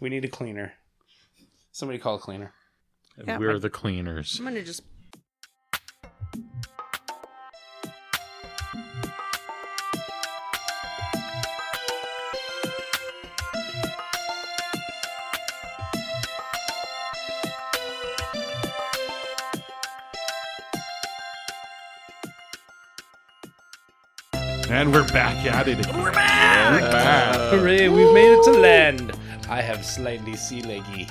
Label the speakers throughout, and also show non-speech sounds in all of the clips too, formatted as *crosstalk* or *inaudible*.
Speaker 1: We need a cleaner. Somebody call a cleaner.
Speaker 2: And
Speaker 3: Yeah,
Speaker 2: we're
Speaker 3: I-
Speaker 2: the cleaners.
Speaker 3: I'm gonna just.
Speaker 2: And we're back at it again.
Speaker 3: We're back.
Speaker 2: Back.
Speaker 1: Hooray, we've made it to land. I have slightly sea leggy.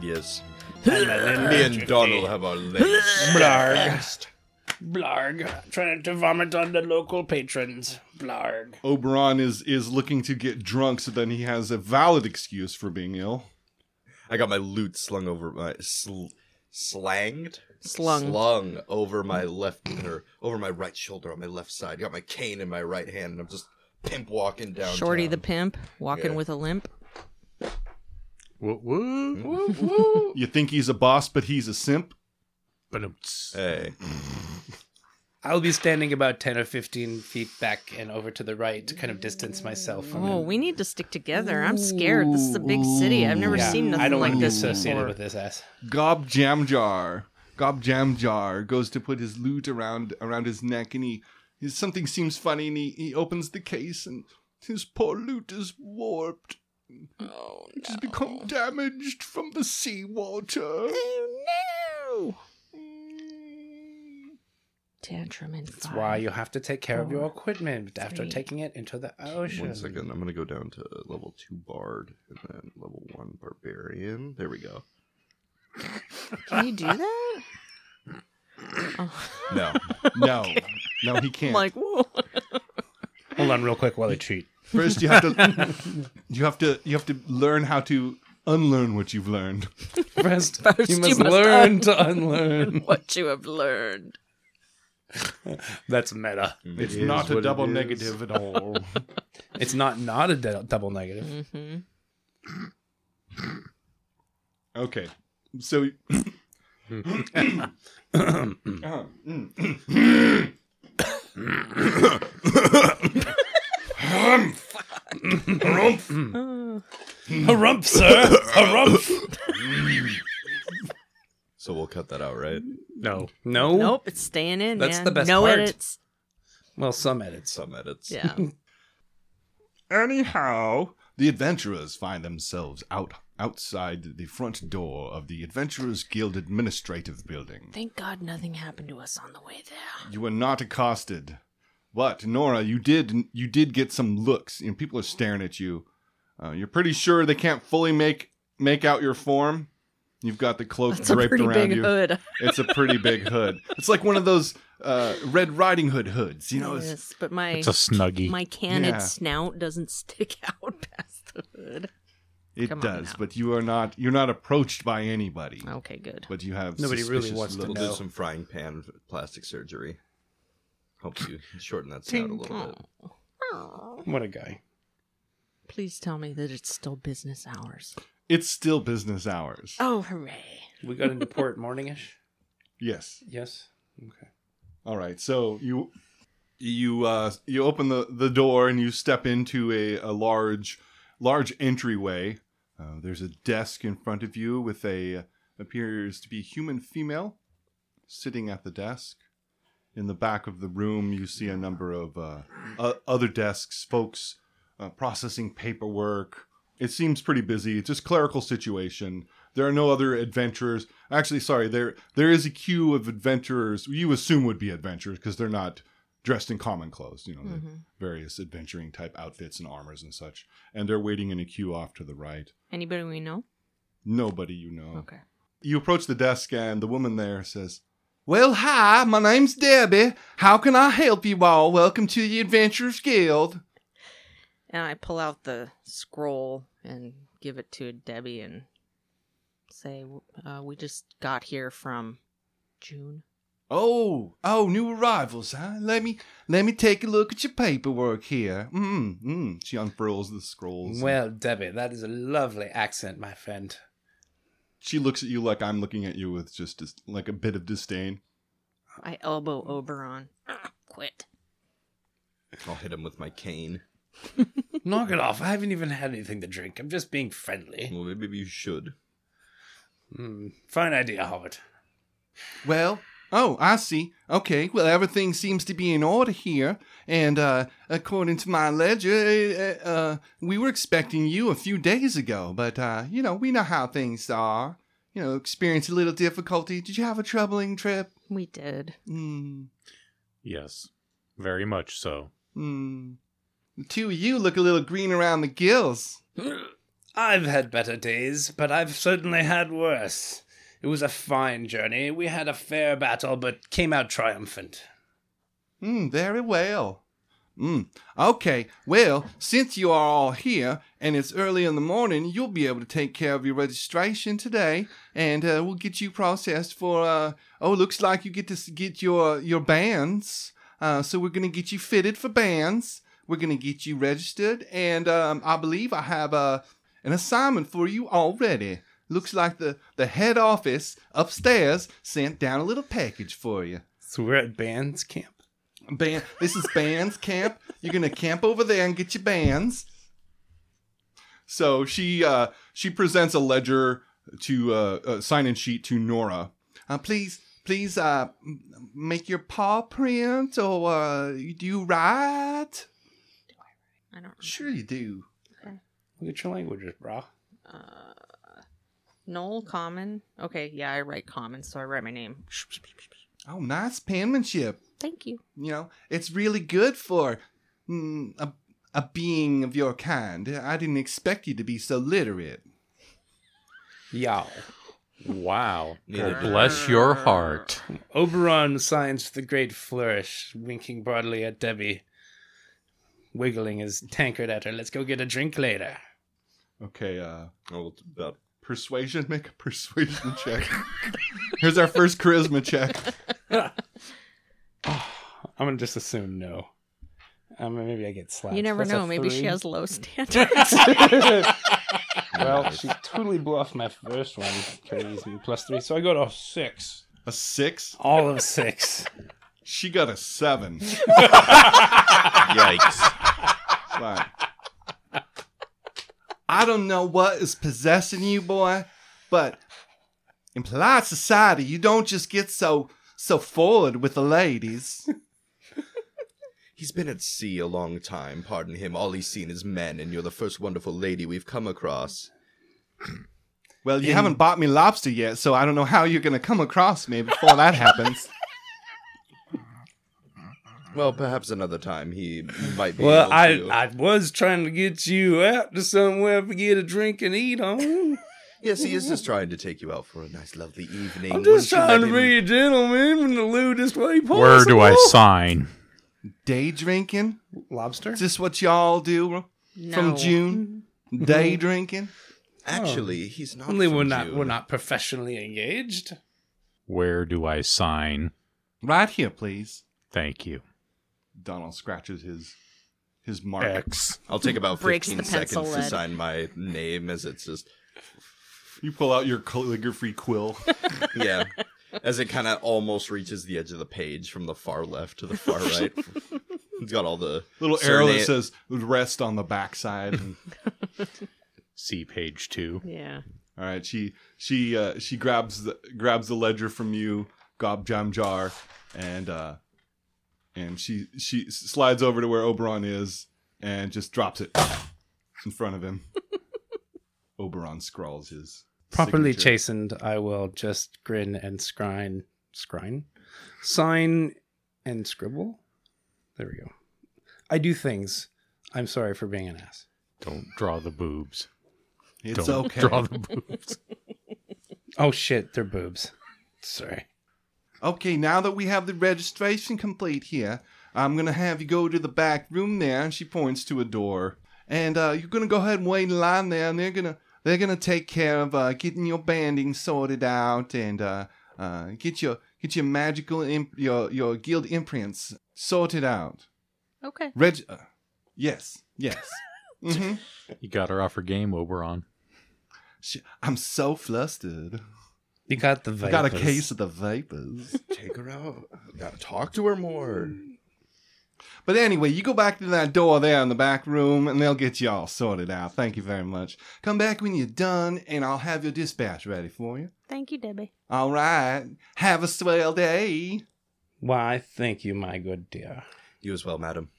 Speaker 4: Yes.
Speaker 1: I'm a little
Speaker 4: Me and
Speaker 1: drifty.
Speaker 4: Donald have our legs.
Speaker 1: Blarg. Blarg. Trying to vomit on the local patrons. Blarg.
Speaker 2: Oberon is is looking to get drunk, so then he has a valid excuse for being ill.
Speaker 4: I got my lute slung over my sl- slanged,
Speaker 3: Slung.
Speaker 4: slung over my left or over my right shoulder on my left side. Got my cane in my right hand, and I'm just pimp walking down.
Speaker 3: Shorty the pimp walking
Speaker 4: Yeah.
Speaker 3: with a limp.
Speaker 2: Woo woo.
Speaker 4: the.
Speaker 2: You think he's a boss, but he's a simp.
Speaker 1: Ba-dum-ts.
Speaker 4: hey,
Speaker 1: I'll be standing about 10 or 15 feet back and over to the right to kind of distance myself from
Speaker 3: Oh,
Speaker 1: him.
Speaker 3: we need to stick together. I'm scared. This is a big city. I've never
Speaker 1: Yeah,
Speaker 3: seen
Speaker 1: I
Speaker 3: nothing
Speaker 1: don't
Speaker 3: like
Speaker 1: want to be
Speaker 3: this
Speaker 1: associated
Speaker 3: before.
Speaker 1: with this ass.
Speaker 2: Gob Jamjar. Gob Jamjar goes to put his lute around around his neck, and he, he something seems funny, and he, he opens the case, and his poor lute is warped.
Speaker 3: Oh
Speaker 2: It has become damaged from the sea water.
Speaker 3: no! Tantrum and
Speaker 1: That's why you have to take care of your equipment after
Speaker 3: Three.
Speaker 1: taking it into the ocean.
Speaker 4: one second. I'm gonna go down to level two bard and then level one barbarian. There we go.
Speaker 1: uh,
Speaker 3: Can you do
Speaker 1: *laughs*
Speaker 3: that? Oh.
Speaker 4: No,
Speaker 2: No, no, he can't.
Speaker 3: like whoa. *laughs*
Speaker 1: Hold on real quick while I treat.
Speaker 2: First, you have to you have to you have to learn how to unlearn what you've learned.
Speaker 1: First,
Speaker 3: First
Speaker 1: you
Speaker 3: you
Speaker 1: must
Speaker 3: must
Speaker 1: learn
Speaker 3: un-
Speaker 1: to
Speaker 5: *laughs*
Speaker 1: unlearn.
Speaker 3: what you have learned.
Speaker 1: That's meta.
Speaker 2: It's
Speaker 4: Mm. It is
Speaker 2: not a
Speaker 4: what it
Speaker 2: double
Speaker 4: is.
Speaker 2: negative at all.
Speaker 1: It's not not a de- double negative.
Speaker 3: Mm-hmm.
Speaker 2: okay, so Uh, mm.
Speaker 1: Hmm.
Speaker 3: Uh,
Speaker 1: Harump, sir. Harump.
Speaker 4: So we'll cut that out, right?
Speaker 1: No. No.
Speaker 3: Nope, it's staying in.
Speaker 1: That's
Speaker 3: man.
Speaker 1: the best
Speaker 3: No
Speaker 1: part. *laughs*
Speaker 3: edits.
Speaker 1: Well, some edits.
Speaker 4: Some edits.
Speaker 3: Yeah.
Speaker 2: Anyhow, the adventurers find themselves out outside the front door of the Adventurers Guild administrative building.
Speaker 3: Thank God nothing happened to us on the way there.
Speaker 2: You were not accosted, but Nora, you did you did get some looks. You know, people are staring at you. Uh, you're pretty sure they can't fully make make out your form. You've got the cloak
Speaker 3: That's a
Speaker 2: draped
Speaker 3: pretty
Speaker 2: around
Speaker 3: big
Speaker 2: you.
Speaker 3: hood.
Speaker 2: It's a pretty big
Speaker 3: *laughs*
Speaker 2: hood. It's like one of those uh, Red Riding Hood hoods. You know, it's,
Speaker 3: yes, but my
Speaker 2: It's a
Speaker 3: snuggie. My candid
Speaker 2: Yeah.
Speaker 3: snout doesn't *laughs* stick out past the hood.
Speaker 2: It
Speaker 3: Come on
Speaker 2: does,
Speaker 3: now.
Speaker 2: but you are not you're not approached by anybody.
Speaker 3: Okay, good.
Speaker 2: But you have
Speaker 1: Nobody really
Speaker 2: suspicious
Speaker 1: wants to
Speaker 4: We'll
Speaker 2: looks.
Speaker 1: No.
Speaker 4: do some frying pan plastic surgery. Hope you shorten that sound a little bit.
Speaker 3: Oh.
Speaker 1: What a guy.
Speaker 3: Please tell me that it's still business hours.
Speaker 2: It's still business hours.
Speaker 3: Oh, hooray.
Speaker 1: We got into port morningish.
Speaker 2: Yes.
Speaker 1: *laughs* Yes. Okay.
Speaker 2: All right. So you you uh you open the the door and you step into a a large large entryway. Uh, there's a desk in front of you with a appears to be a human female sitting at the desk. In the back of the room, you see a number of uh, uh, other desks, folks uh, processing paperwork. It seems pretty busy. It's just clerical situation. There are no other adventurers. Actually, sorry, there there is a queue of adventurers. You assume would be adventurers because they're not dressed in common clothes. You know, the various adventuring type outfits and armors and such. And they're waiting in a queue off to the right.
Speaker 3: Anybody we know?
Speaker 2: Nobody you
Speaker 1: Oh.
Speaker 2: know.
Speaker 3: Okay.
Speaker 2: You approach the desk, and the woman there says, Well, hi, my name's Debbie. How can I help you all? Welcome to the Adventurers Guild.
Speaker 3: And I pull out the scroll and give it to Debbie and say, uh, We just got here from June.
Speaker 2: Oh, oh, new arrivals, huh? Let me let me take a look at your paperwork here. Mm, mm. She unfurls the scrolls.
Speaker 1: Well, Debbie, that is a lovely accent, my
Speaker 3: *laughs*
Speaker 1: friend.
Speaker 2: she looks at you like I'm looking at you with just dis- like a bit of disdain.
Speaker 3: I elbow Oberon. *coughs* Quit.
Speaker 4: I'll hit him with my cane.
Speaker 1: Knock it off. I haven't even had anything to drink. I'm just being friendly.
Speaker 4: Well, maybe you should.
Speaker 1: Hmm. Fine idea, Hobbit.
Speaker 2: Well, oh, I see. Okay, well, everything seems to be in order here. And uh, according to my ledger, uh, uh, we were expecting you a few days ago, but, uh, you know, we know how things are. You know, experienced a little difficulty. Did you have a troubling trip?
Speaker 3: We did.
Speaker 2: Mm,
Speaker 5: Yes, very much so.
Speaker 2: mm. The two of you look a little green around the gills.
Speaker 1: I've had better days, but I've certainly had worse. It was a fine journey. We had a fair battle, but came out triumphant.
Speaker 2: Mm, very well. Mm, okay, well, since you are all here and it's early in the morning, you'll be able to take care of your registration today, and uh, we'll get you processed for. Uh, oh, looks like you get to s- get your your bands. Uh, so we're gonna get you fitted for bands. We're gonna get you registered, and um, I believe I have uh, an assignment for you already. Looks like the the head office upstairs sent down a little package for you.
Speaker 1: So we're at band's camp.
Speaker 2: Band. This is bands camp. You're gonna camp over there and get your bands. So she uh, she presents a ledger to uh, a sign-in sheet to Nora. Uh, please, please uh, m- make your paw print, or uh, do you write?
Speaker 3: I don't. Remember.
Speaker 2: Sure, you do.
Speaker 1: Look at your languages, brah.
Speaker 3: Uh, Noel Common. Okay, yeah, I write Common, so I write my name.
Speaker 2: Oh, nice penmanship.
Speaker 3: Thank you.
Speaker 2: You know, it's really good for mm, a a being of your kind. I didn't expect you to be so literate.
Speaker 1: Yow.
Speaker 5: Wow.
Speaker 4: Neither
Speaker 5: God
Speaker 4: did
Speaker 5: bless your heart.
Speaker 1: Oberon signs the great flourish, winking broadly at Debbie, wiggling his tankard at her. Let's go get a drink later. *sighs*
Speaker 2: Okay. Uh,
Speaker 4: Oh, well,
Speaker 2: persuasion make a persuasion check here's our first charisma check
Speaker 1: I'm gonna just assume no. Um, maybe I get slapped.
Speaker 3: you never
Speaker 1: That's a
Speaker 3: know. Maybe she
Speaker 1: three.
Speaker 3: has low standards. *laughs*
Speaker 1: well, she totally blew off my first one, Curtis, and plus three, so I go to six.
Speaker 2: a six
Speaker 1: *laughs* All of six.
Speaker 2: she got a seven
Speaker 4: yikes.
Speaker 2: Right. i don't know what is possessing you boy but in polite society you don't just get so so forward with the ladies
Speaker 4: *laughs* He's been at sea a long time, pardon him. All he's seen is men, and you're the first wonderful lady we've come across.
Speaker 2: well you haven't bought me lobster yet so i don't know how you're gonna come across me before that happens
Speaker 4: Well, perhaps another time he might be.
Speaker 1: Well,
Speaker 4: able
Speaker 1: I
Speaker 4: to-
Speaker 1: I was trying to get you out to somewhere to get a drink and eat on.
Speaker 4: Yes, he is just trying to take you out for a nice, lovely evening.
Speaker 1: I'm just
Speaker 4: Wouldn't you let
Speaker 1: trying to
Speaker 4: him-
Speaker 1: be a gentleman in the lewdest way possible.
Speaker 5: Where do I sign?
Speaker 2: day drinking
Speaker 1: Lobster?
Speaker 2: is this what y'all do
Speaker 3: no.
Speaker 2: from june day drinking
Speaker 4: Actually, he's not.
Speaker 1: Oh. Only
Speaker 4: from
Speaker 1: we're not
Speaker 4: June.
Speaker 1: we're not professionally engaged.
Speaker 5: Where do I sign?
Speaker 2: right here please
Speaker 5: Thank you.
Speaker 2: Donald scratches his his mark.
Speaker 4: I'll take about
Speaker 3: Breaks the
Speaker 4: fifteen
Speaker 3: pencil
Speaker 4: seconds to
Speaker 3: lead.
Speaker 4: sign my name, as it's just
Speaker 2: You pull out your calligraphy quill.
Speaker 3: *laughs*
Speaker 4: yeah, as it kind of almost reaches the edge of the page from the far left to the far
Speaker 3: *laughs*
Speaker 4: right. it's got all the
Speaker 2: Little arrow that
Speaker 4: Surname-
Speaker 2: says rest on the backside.
Speaker 5: See page two.
Speaker 3: Yeah.
Speaker 2: All right, she she uh, she grabs the grabs the ledger from you, gob jam jar, and uh and she she slides over to where Oberon is and just drops it in front of him. Oberon scrawls his
Speaker 1: Properly
Speaker 2: signature.
Speaker 1: chastened, I will just grin and scrine scrine? Sign and scribble. There we go. I do things. I'm sorry for being an ass.
Speaker 5: Don't draw the boobs.
Speaker 2: It's
Speaker 5: Don't
Speaker 2: okay.
Speaker 5: draw the boobs.
Speaker 1: Oh shit, they're boobs. Sorry.
Speaker 2: Okay, now that we have the registration complete here, I'm gonna have you go to the back room there, and she points to a door. And uh, you're gonna go ahead and wait in line there, and they're gonna they're gonna take care of uh, getting your banding sorted out and uh, uh, get your get your magical imp- your your guild imprints sorted out.
Speaker 3: Okay.
Speaker 2: Reg, uh, yes, yes. hmm
Speaker 5: you got her off her game, Oberon.
Speaker 2: I'm so flustered.
Speaker 1: You got the
Speaker 2: I
Speaker 1: vipers.
Speaker 2: got a case of the vapors.
Speaker 4: take her out. Now, talk to her more.
Speaker 2: But anyway, you go back to that door there in the back room and they'll get you all sorted out. Thank you very much. Come back when you're done and I'll have your dispatch ready for you.
Speaker 3: Thank you, Debbie.
Speaker 2: All right. Have a swell day.
Speaker 1: Why, thank you, my good dear.
Speaker 4: You as well, madam.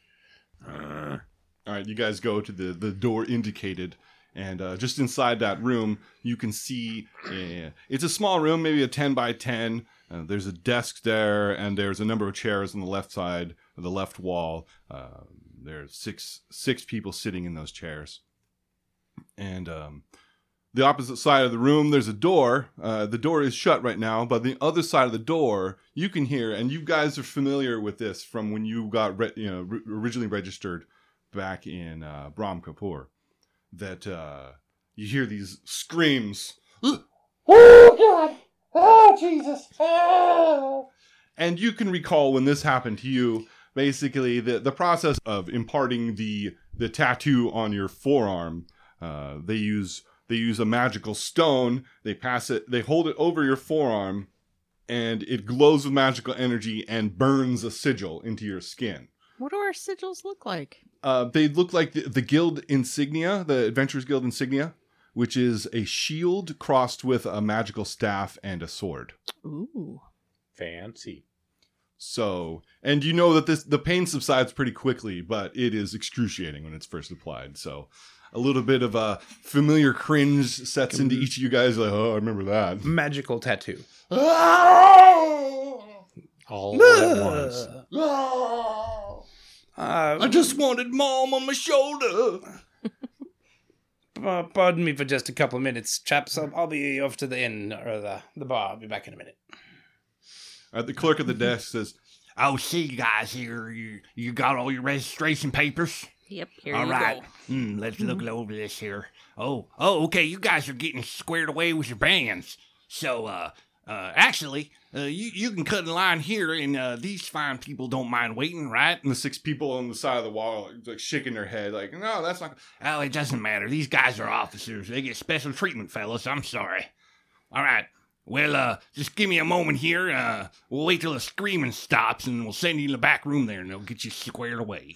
Speaker 2: All right, you guys go to the, the door indicated, and uh, just inside that room, you can see uh, it's a small room, maybe a 10 by 10. Uh, there's a desk there, and there's a number of chairs on the left side of the left wall. Uh, there's six six people sitting in those chairs. And um, the opposite side of the room, there's a door. Uh, the door is shut right now, but the other side of the door, you can hear, and you guys are familiar with this from when you got re- you know, ri- originally registered back in uh, Brahm Kapoor that uh, you hear these screams.
Speaker 6: Oh God! Oh Jesus! Oh!
Speaker 2: And you can recall when this happened to you, basically the, the process of imparting the the tattoo on your forearm. Uh, they use they use a magical stone. They pass it. They hold it over your forearm, and it glows with magical energy and burns a sigil into your skin.
Speaker 3: What do our sigils look like?
Speaker 2: Uh, they look like the, the guild insignia, the Adventurers Guild insignia, which is a shield crossed with a magical staff and a sword.
Speaker 3: Ooh.
Speaker 5: Fancy.
Speaker 2: So, and you know that this the pain subsides pretty quickly, but it is excruciating when it's first applied. So, a little bit of a familiar cringe sets into each of you guys. Like, oh, I remember that.
Speaker 1: Magical tattoo.
Speaker 5: All at once.
Speaker 7: *laughs*
Speaker 4: *laughs*
Speaker 1: Uh,
Speaker 4: just wanted mom on my shoulder.
Speaker 1: p- pardon me for just a couple of minutes, chaps. I'll, I'll be off to the inn or the, the bar. I'll be back in a minute.
Speaker 2: Uh, the clerk at the desk says,
Speaker 7: Oh, see, you guys here. You, you got all your registration papers?
Speaker 3: Yep. Here
Speaker 7: all
Speaker 3: you
Speaker 7: right.
Speaker 3: go. Mm-hmm.
Speaker 7: Hmm, let's look over this here. Oh, oh, okay. You guys are getting squared away with your bands. So, uh, uh, actually, uh, you, you can cut in line here, and uh, these fine people don't mind waiting, right?
Speaker 2: and the six people on the side of the wall are, like shaking their head, like, no, that's not.
Speaker 7: Oh, it doesn't matter. These guys are officers. They get special treatment, fellas. I'm sorry. All right. Well, uh, just give me a moment here. Uh, we'll wait till the screaming stops, and we'll send you to the back room there, and they'll get you squared away.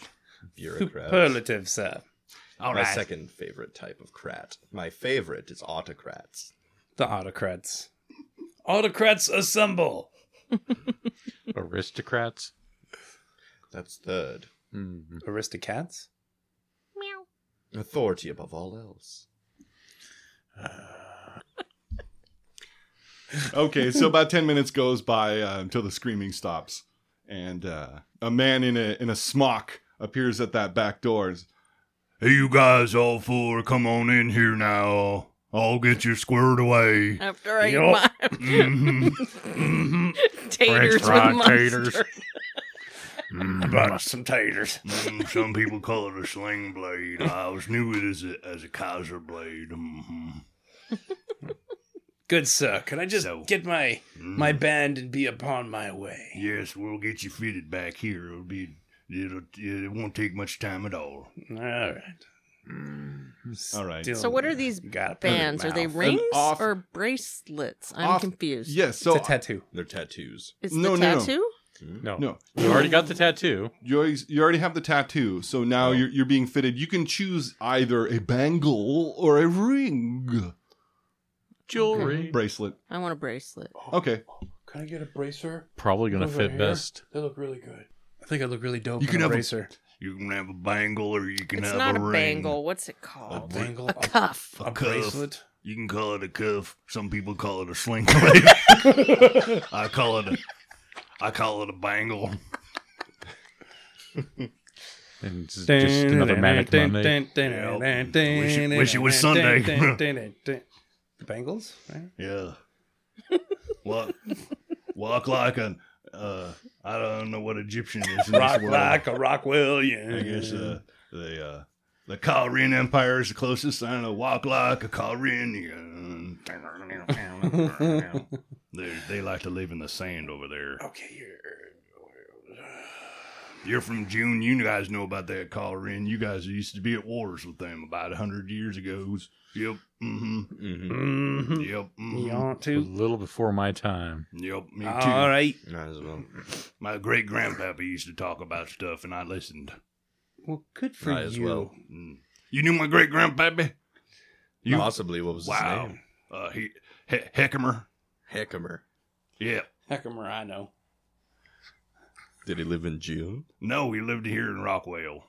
Speaker 4: Bureaucrats.
Speaker 1: Superlative, sir.
Speaker 7: All
Speaker 4: My
Speaker 7: right.
Speaker 4: second favorite type of crat. My favorite is autocrats.
Speaker 1: The autocrats. Autocrats assemble!
Speaker 5: Aristocrats.
Speaker 4: That's third.
Speaker 5: Hmm.
Speaker 1: Aristocats?
Speaker 4: Authority above all else.
Speaker 2: Okay, so about ten minutes goes by uh, until the screaming stops, and uh, a man in a in a smock appears at that back door. It's,
Speaker 7: Hey, you guys, all four, come on in here now. I'll get you squared away. Mm-hmm.
Speaker 3: After I eat
Speaker 1: Yup.
Speaker 3: *laughs* my taters with mustard.
Speaker 1: Brought some taters.
Speaker 7: Mm, some people call it a sling blade. I always knew it as a, as a Kaiser blade. Mhm.
Speaker 1: Good sir, could I just
Speaker 7: So-
Speaker 1: get my
Speaker 7: Mm.
Speaker 1: my band and be upon my way?
Speaker 7: Yes, we'll get you fitted back here. It'll be. It'll, it won't take much time at all.
Speaker 1: All right.
Speaker 2: All right.
Speaker 1: Still
Speaker 3: So what are these
Speaker 1: you gotta put it in
Speaker 3: Bands. Are they
Speaker 1: mouth.
Speaker 3: rings
Speaker 2: off-
Speaker 3: or bracelets? I'm
Speaker 2: off-
Speaker 3: confused.
Speaker 2: Yes, so
Speaker 1: it's a tattoo.
Speaker 4: They're tattoos.
Speaker 3: It's
Speaker 2: No,
Speaker 3: the
Speaker 2: no, no.
Speaker 3: tattoo?
Speaker 5: No.
Speaker 2: no,
Speaker 5: You already got the tattoo.
Speaker 2: you already, you already have the tattoo, so
Speaker 7: Oh.
Speaker 2: now you're, you're being fitted. You can choose either a bangle or a ring
Speaker 5: Jewelry.
Speaker 2: bracelet.
Speaker 3: I want a bracelet.
Speaker 2: Okay,
Speaker 1: Can I get a bracer?
Speaker 5: Probably going to
Speaker 1: Over
Speaker 5: fit
Speaker 1: here.
Speaker 5: best.
Speaker 1: They look really good. I think I look really dope
Speaker 7: You
Speaker 1: in
Speaker 7: can
Speaker 1: a
Speaker 7: have a-
Speaker 1: bracer.
Speaker 7: You can have a bangle or you can
Speaker 3: It's
Speaker 7: have
Speaker 3: not
Speaker 7: a,
Speaker 3: a,
Speaker 7: ring.
Speaker 3: bangle. What's it
Speaker 1: A,
Speaker 3: called?
Speaker 1: bangle,
Speaker 3: A
Speaker 1: a,
Speaker 3: cuff. Oh,
Speaker 1: a
Speaker 7: cuff.
Speaker 1: bracelet.
Speaker 7: You can call it a cuff. Some people call it a sling *laughs* blade.
Speaker 3: *laughs*
Speaker 7: I call it a. I call it a bangle.
Speaker 5: And it's just another manic Monday.
Speaker 7: Yep. Wish it- wish it was
Speaker 1: *laughs*
Speaker 7: Sunday.
Speaker 1: the Bengals, right?
Speaker 7: Yeah. Walk, walk like an. Uh, I don't know what Egyptian is. In
Speaker 1: Rock
Speaker 7: this world.
Speaker 1: like a rock William.
Speaker 7: I guess uh, the uh, the Kowrin Empire is the closest. I don't know. Walk like a Kowrin.
Speaker 1: *laughs*
Speaker 7: they they like to live in the sand over there.
Speaker 1: Okay, you're.
Speaker 7: You're from June. You guys know about that collar in. You guys used to be at wars with them about a hundred years ago. Yep. Mm-hmm.
Speaker 4: Mm-hmm.
Speaker 1: Mm-hmm.
Speaker 7: Yep.
Speaker 1: You
Speaker 7: mhm.
Speaker 1: want
Speaker 5: A
Speaker 1: to?
Speaker 5: little before my time.
Speaker 7: Yep. Me too.
Speaker 1: All right.
Speaker 4: Might as well.
Speaker 7: My great grandpappy used to talk about stuff, and I listened.
Speaker 1: Well, good for
Speaker 4: Might as
Speaker 1: you.
Speaker 4: well.
Speaker 7: Mm. You knew my great grandpappy? You
Speaker 4: Possibly what was
Speaker 7: wow.
Speaker 4: his name?
Speaker 7: Uh, he he Heckamer.
Speaker 4: Heckamer.
Speaker 7: Yeah.
Speaker 1: Heck, I know.
Speaker 4: Did he live in June?
Speaker 7: No, he lived here in Rockwell.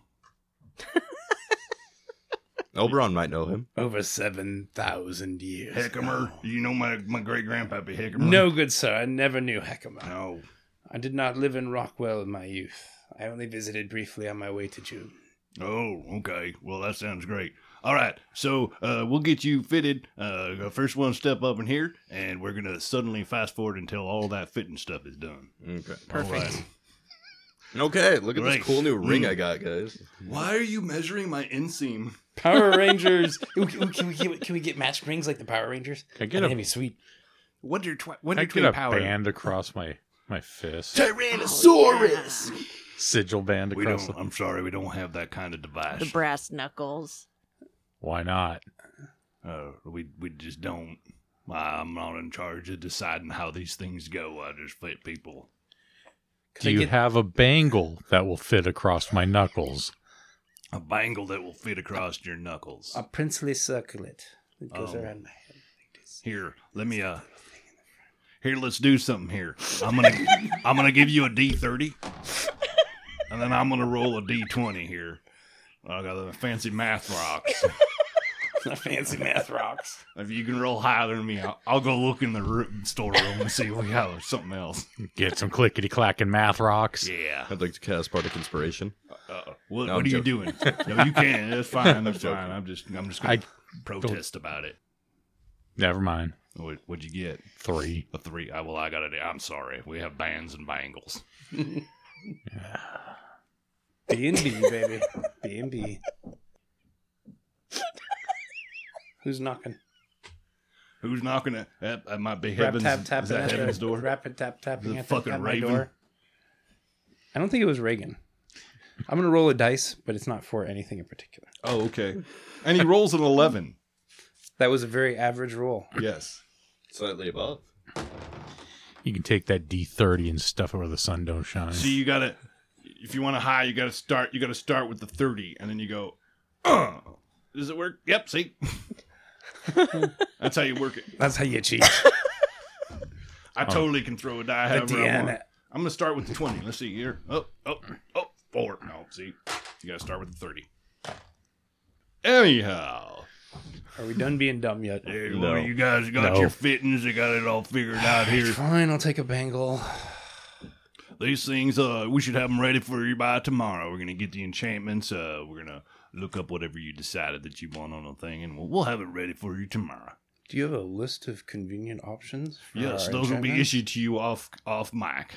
Speaker 4: Oberon might know him.
Speaker 1: Over 7,000 years.
Speaker 7: Heckamer. You know my my great grandpappy Heckamer.
Speaker 1: No, good sir. I never knew Heckama.
Speaker 7: No.
Speaker 1: I did not live in Rockwell in my youth. I only visited briefly on my way to June.
Speaker 7: Oh, okay. Well, that sounds great. All right, so uh, we'll get you fitted. Uh, first one step up in here, and we're gonna suddenly fast forward until all that fitting stuff is done.
Speaker 4: Okay.
Speaker 7: Perfect.
Speaker 4: Okay, look at
Speaker 7: Right.
Speaker 4: this cool new ring
Speaker 7: Mm.
Speaker 4: I got, guys.
Speaker 2: Why are you measuring my inseam?
Speaker 1: *laughs* Power Rangers. Ooh, can, can we, can, we, can we get matched rings like the Power Rangers?
Speaker 5: Can I get
Speaker 1: That'd
Speaker 5: a,
Speaker 1: be sweet.
Speaker 7: Wonder twi-
Speaker 5: can
Speaker 7: Wonder
Speaker 5: I get a
Speaker 7: Twin power.
Speaker 5: band across my, my fist?
Speaker 3: Saurus.
Speaker 5: Sigil band
Speaker 7: We
Speaker 5: across
Speaker 7: don't.
Speaker 5: the,
Speaker 7: I'm sorry, we don't have that kind of device.
Speaker 3: The brass knuckles.
Speaker 5: Why not?
Speaker 7: uh, we we just don't. I'm not in charge of deciding how these things go. I just fit people.
Speaker 5: Do you have a bangle that will fit across my knuckles?
Speaker 7: A bangle that will fit across your knuckles.
Speaker 1: A princely circlet that goes
Speaker 7: Oh.
Speaker 1: around my head. *laughs*
Speaker 7: Here, let me uh Here, let's do something here. I'm going to *laughs* I'm going to give you a D30. And then I'm going to roll a D20 here. I got the fancy math rocks.
Speaker 1: Not fancy math rocks.
Speaker 7: If you can roll higher than me, I'll, I'll go look in the room, storeroom and see if we have something else.
Speaker 5: Get some clickety clacking math rocks.
Speaker 7: Yeah.
Speaker 4: I'd like to cast Bardic Inspiration.
Speaker 7: Uh, what
Speaker 4: No,
Speaker 7: what
Speaker 4: I'm
Speaker 7: are you doing? No, you can't. *laughs* That's fine. That's
Speaker 4: joking.
Speaker 7: fine. I'm just I'm just
Speaker 5: I
Speaker 7: going to protest about it.
Speaker 5: never mind.
Speaker 4: oh,
Speaker 7: What, what'd you get?
Speaker 5: Three.
Speaker 7: A three. I, well, I got it. I'm sorry. We have bands and bangles.
Speaker 1: B and B, baby. B and B. Who's knocking?
Speaker 7: Who's knocking at, at, at my be
Speaker 1: Rap
Speaker 7: heaven's,
Speaker 1: tap tapping
Speaker 7: is that
Speaker 1: at the-
Speaker 7: heaven's door?
Speaker 1: Rapid tap tapping
Speaker 7: The
Speaker 1: at
Speaker 7: fucking
Speaker 1: at my
Speaker 7: Raven.
Speaker 1: door. I don't think it was Reagan. I'm gonna roll a dice, but it's not for anything in particular.
Speaker 2: Oh, okay. And he rolls an 11.
Speaker 1: That was a very average roll.
Speaker 2: Yes.
Speaker 4: Slightly above.
Speaker 5: You can take that D30 and stuff it where the sun don't shine.
Speaker 2: See, you gotta, if you want a high, you gotta start, you gotta start with the 30, and then you go, uh,
Speaker 7: Does it work? Yep. See,
Speaker 2: *laughs* that's how you work it.
Speaker 1: That's how you cheat.
Speaker 7: I totally can throw a die
Speaker 1: But
Speaker 7: *laughs* however I
Speaker 1: damn
Speaker 7: want.
Speaker 1: it.
Speaker 7: I'm gonna start with the twenty. Let's see here. Oh, oh, oh, four. No, see, you gotta start with the thirty.
Speaker 2: Anyhow.
Speaker 1: Are we done being dumb yet?
Speaker 7: Hey,
Speaker 4: No.
Speaker 7: well, you guys got
Speaker 5: No.
Speaker 7: your fittings. You got it all figured out here.
Speaker 1: Fine, I'll take a bangle.
Speaker 7: These things, uh, we should have them ready for you by tomorrow. We're gonna get the enchantments. Uh, we're gonna look up whatever you decided that you want on the thing, and we'll, we'll have it ready for you tomorrow.
Speaker 1: Do you have a list of convenient options? For
Speaker 7: Yes,
Speaker 1: our
Speaker 7: those will be
Speaker 1: enchantment?
Speaker 7: issued to you off off mic.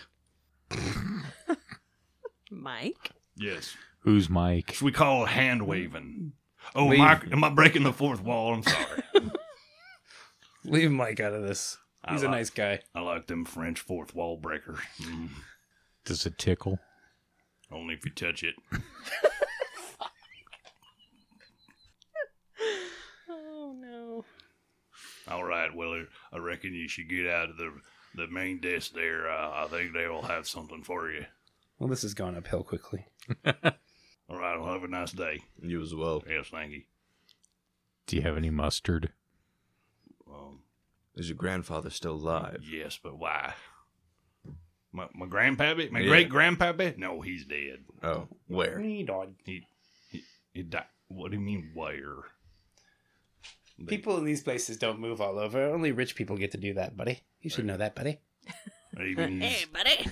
Speaker 3: Mike.
Speaker 7: Yes,
Speaker 5: Who's Mike?
Speaker 7: which we call hand waving. Oh,
Speaker 1: Wave.
Speaker 7: am I, am I breaking the fourth wall? I'm sorry. *laughs*
Speaker 1: Leave Mike out of this.
Speaker 7: I
Speaker 1: He's a
Speaker 7: like-
Speaker 1: nice guy.
Speaker 7: I like them French fourth wall breakers. Mm,
Speaker 5: Does it tickle?
Speaker 7: only if you touch it.
Speaker 3: Oh no.
Speaker 7: All right. Well, I reckon you should get out of the the main desk there. Uh, I think they will have something for you.
Speaker 1: Well, this has gone uphill quickly.
Speaker 7: All right. Well, have a nice day.
Speaker 4: You as well.
Speaker 7: Yes, thank you.
Speaker 5: Do you have any mustard?
Speaker 7: Um,
Speaker 4: Is your grandfather still alive?
Speaker 7: yes, but why? My my grandpappy, my
Speaker 4: Yeah.
Speaker 7: great grandpappy? No, he's dead.
Speaker 4: Oh, where?
Speaker 1: Need on.
Speaker 7: He died. What do you mean where?
Speaker 1: People in these places don't move all over. Only rich people get to do that, buddy. You should know that, buddy.
Speaker 3: *laughs*
Speaker 7: Even he's-
Speaker 3: Hey, buddy.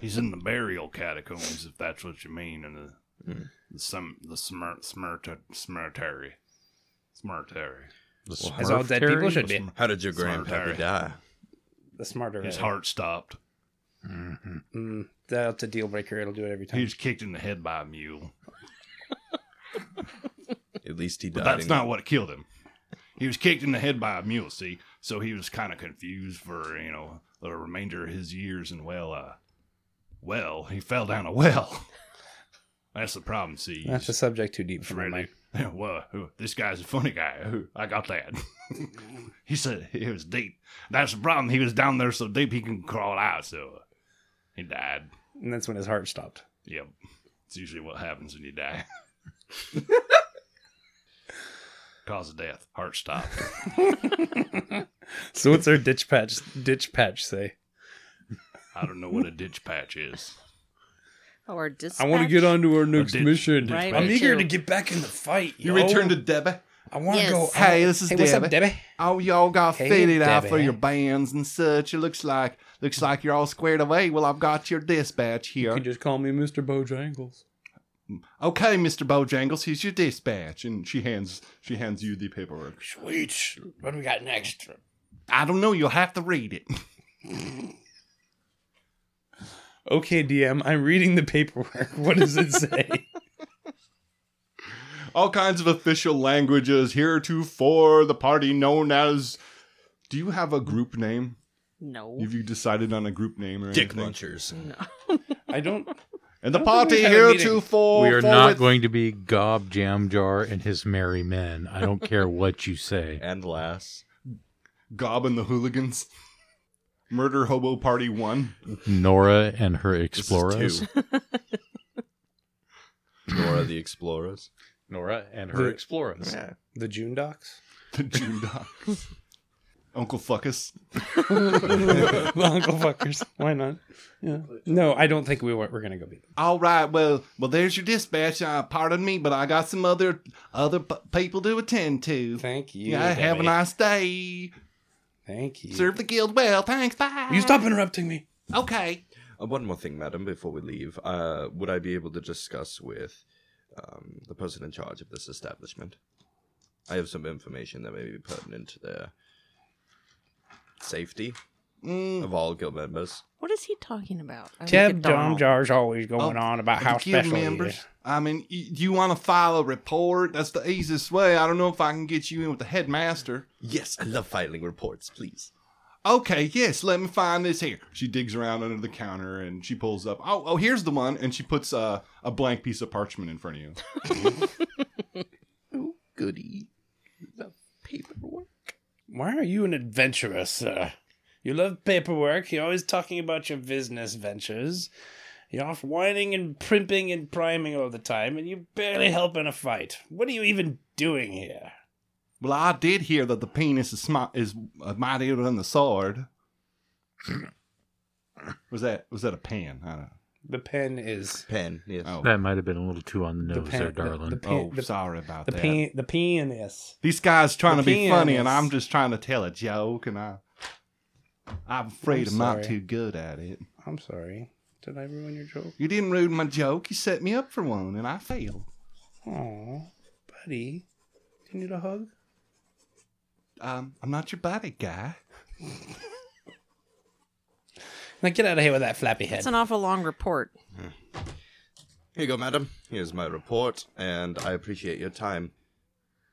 Speaker 7: He's in the burial catacombs, if that's what you mean, in the
Speaker 4: Mm.
Speaker 7: the some the smir smir smirtary, smirtary.
Speaker 5: The
Speaker 4: Well,
Speaker 1: As all
Speaker 5: Smurf
Speaker 1: dead
Speaker 5: Terry?
Speaker 1: people should be.
Speaker 4: How did your
Speaker 7: Smart
Speaker 4: grandpappy
Speaker 7: guy.
Speaker 4: die?
Speaker 1: The smarter.
Speaker 7: His
Speaker 1: are.
Speaker 7: heart stopped.
Speaker 5: Mhm.
Speaker 1: Mm, that's a deal breaker. It'll do it every time.
Speaker 7: He was kicked in the head by a mule,
Speaker 4: At least he
Speaker 7: but
Speaker 4: died.
Speaker 7: that's
Speaker 4: in-
Speaker 7: not what killed him. He was kicked in the head by a mule. See, so he was kind of confused for you know the remainder of his years, and well, *laughs* uh, well, he fell down a well. That's the problem, see.
Speaker 1: That's
Speaker 7: *laughs*
Speaker 1: a subject too deep
Speaker 7: It's
Speaker 1: for my
Speaker 7: really,
Speaker 1: mind.
Speaker 7: well, uh, this guy's a funny guy. Uh, I got that. *laughs* he said he was deep. That's the problem. He was down there so deep he couldn't crawl out, so uh, he died.
Speaker 1: And that's when his heart stopped. *laughs*
Speaker 7: Yep. It's usually what happens when you die. Cause of death, heart stop.
Speaker 1: so what's our ditch patch? Ditch patch say?
Speaker 7: I don't know what a ditch patch *laughs* is.
Speaker 3: Or Oh, dispatch.
Speaker 1: I want to get onto our
Speaker 7: next
Speaker 1: next
Speaker 7: ditch-
Speaker 1: mission.
Speaker 7: ditch
Speaker 3: Right,
Speaker 1: I'm
Speaker 3: me
Speaker 1: eager
Speaker 3: too.
Speaker 1: to get back in the fight.
Speaker 2: You
Speaker 1: yo.
Speaker 2: return to Debbie.
Speaker 1: I want to
Speaker 3: Yes.
Speaker 1: go.
Speaker 2: Hey, this is
Speaker 1: Hey, what's up,
Speaker 2: Debbie.
Speaker 1: Debbie?
Speaker 2: Oh, y'all got
Speaker 1: Hey,
Speaker 2: fitted out
Speaker 1: Debbie.
Speaker 2: for your bands and such. It looks like looks like you're all squared away. Well, I've got your dispatch
Speaker 1: You
Speaker 2: here.
Speaker 1: can just call me Mr. Bojangles.
Speaker 2: Okay, Mister Bojangles, here's your dispatch, and she hands she hands you the paperwork.
Speaker 1: Sweet. What do we got next?
Speaker 2: I don't know. You'll have to read it.
Speaker 1: Okay, DM, I'm reading the paperwork. *laughs* What does it say?
Speaker 2: all kinds of official languages heretofore the party known as. Do you have a group name?
Speaker 3: No.
Speaker 2: Have you decided on a group name or
Speaker 4: Dick
Speaker 2: anything?
Speaker 4: munchers.
Speaker 3: No.
Speaker 1: I don't.
Speaker 2: And the
Speaker 1: I don't think
Speaker 2: party
Speaker 1: we had a meeting.
Speaker 2: heretofore.
Speaker 5: We are
Speaker 2: forward-
Speaker 5: not going to be Gob Jamjar and his merry men. I don't care what you say.
Speaker 4: And lass.
Speaker 2: Gob and the Hooligans. *laughs* Murder Hobo Party 1.
Speaker 5: Nora and her
Speaker 4: This is
Speaker 5: explorers.
Speaker 4: two. *laughs* Nora the Explorers.
Speaker 5: Nora and
Speaker 1: The-
Speaker 5: explorers.
Speaker 4: Yeah.
Speaker 1: The June docs?
Speaker 2: *laughs* The June Docs. *laughs* Uncle Fuckus.
Speaker 1: *laughs* the Uncle Fuckers. Why not? Yeah. No, I don't think we were, we're going to go beat them.
Speaker 2: All right, well, well, there's your dispatch. Uh, pardon me, but I got some other other p- people to attend to.
Speaker 1: Thank you.
Speaker 2: yeah, have a
Speaker 1: Debbie.
Speaker 2: nice day.
Speaker 1: Thank you.
Speaker 2: Serve the guild well. Thanks. Bye.
Speaker 1: You stop interrupting me.
Speaker 2: Okay.
Speaker 4: Uh, one more thing, madam, before we leave. Uh, would I be able to discuss with um, the person in charge of this establishment? I have some information that may be pertinent to their safety
Speaker 2: Mm,
Speaker 4: of all guild members.
Speaker 3: What is he talking about? I look
Speaker 1: Teb
Speaker 3: at Donald.
Speaker 1: Jar's always going
Speaker 2: Oh,
Speaker 1: on about
Speaker 2: the
Speaker 1: how
Speaker 2: guild
Speaker 1: special he
Speaker 2: members.
Speaker 1: is.
Speaker 2: I mean, y- you want to file a report? That's the easiest way. I don't know if I can get you in with the headmaster.
Speaker 4: Yes, I love filing reports, please.
Speaker 2: Okay, yes, let me find this here. She digs around under the counter and she pulls up. Oh, oh, here's the one, and she puts uh, a blank piece of parchment in front of you.
Speaker 4: Oh, goody. The paperwork.
Speaker 1: Why are you an adventurer, sir? You love paperwork. You're always talking about your business ventures. You're off whining and primping and priming all the time, and you're barely helping a fight. What are you even doing here?
Speaker 2: Well, I did hear that the penis is smi- is uh, mightier than the sword. was that was that a pan? I don't know.
Speaker 1: The pen is
Speaker 4: Pen, yes.
Speaker 2: Oh,
Speaker 5: That might have been a little too on the nose
Speaker 1: pen-
Speaker 5: there,
Speaker 1: the-
Speaker 5: darling.
Speaker 1: the pen-
Speaker 2: oh,
Speaker 1: the-
Speaker 2: sorry about
Speaker 1: the
Speaker 2: that.
Speaker 1: pen. The penis.
Speaker 2: These guys trying
Speaker 1: The
Speaker 2: to be funny, and
Speaker 1: pianist.
Speaker 2: I'm just trying to tell a joke, and I, I'm afraid
Speaker 1: I'm
Speaker 2: I'm,
Speaker 1: sorry.
Speaker 2: not too good at it.
Speaker 1: I'm sorry. Did I ruin your joke?
Speaker 2: You didn't ruin my joke. You set me up for one, and I failed.
Speaker 1: Aw, buddy. Do you need a hug?
Speaker 2: Um, I'm not your buddy, guy.
Speaker 1: Now get out of here with that flappy head.
Speaker 3: That's an awful long report.
Speaker 4: Here you go, madam. Here's my report, and I appreciate your time.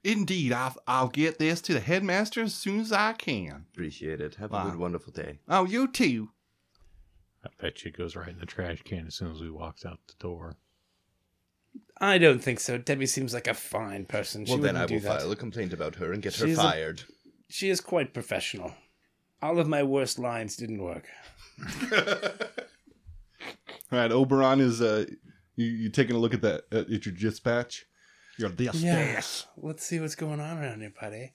Speaker 2: Indeed, I'll, I'll get this to the headmaster as soon as I can.
Speaker 4: Appreciate it. Have
Speaker 2: Wow.
Speaker 4: a good, wonderful day.
Speaker 2: Oh, you too.
Speaker 5: I bet you it goes right in the trash can as soon as we walked out the door.
Speaker 1: I don't think so. Debbie seems like a fine person. She
Speaker 4: well, then I
Speaker 1: wouldn't
Speaker 4: will
Speaker 1: do that.
Speaker 4: file a complaint about her and get
Speaker 1: She's a-
Speaker 4: her fired.
Speaker 1: She is quite professional. All of my worst lines didn't work.
Speaker 2: All right, Oberon is uh, you you taking a look at that at your dispatch? Your dispatch.
Speaker 1: Let's see what's going on around here, buddy.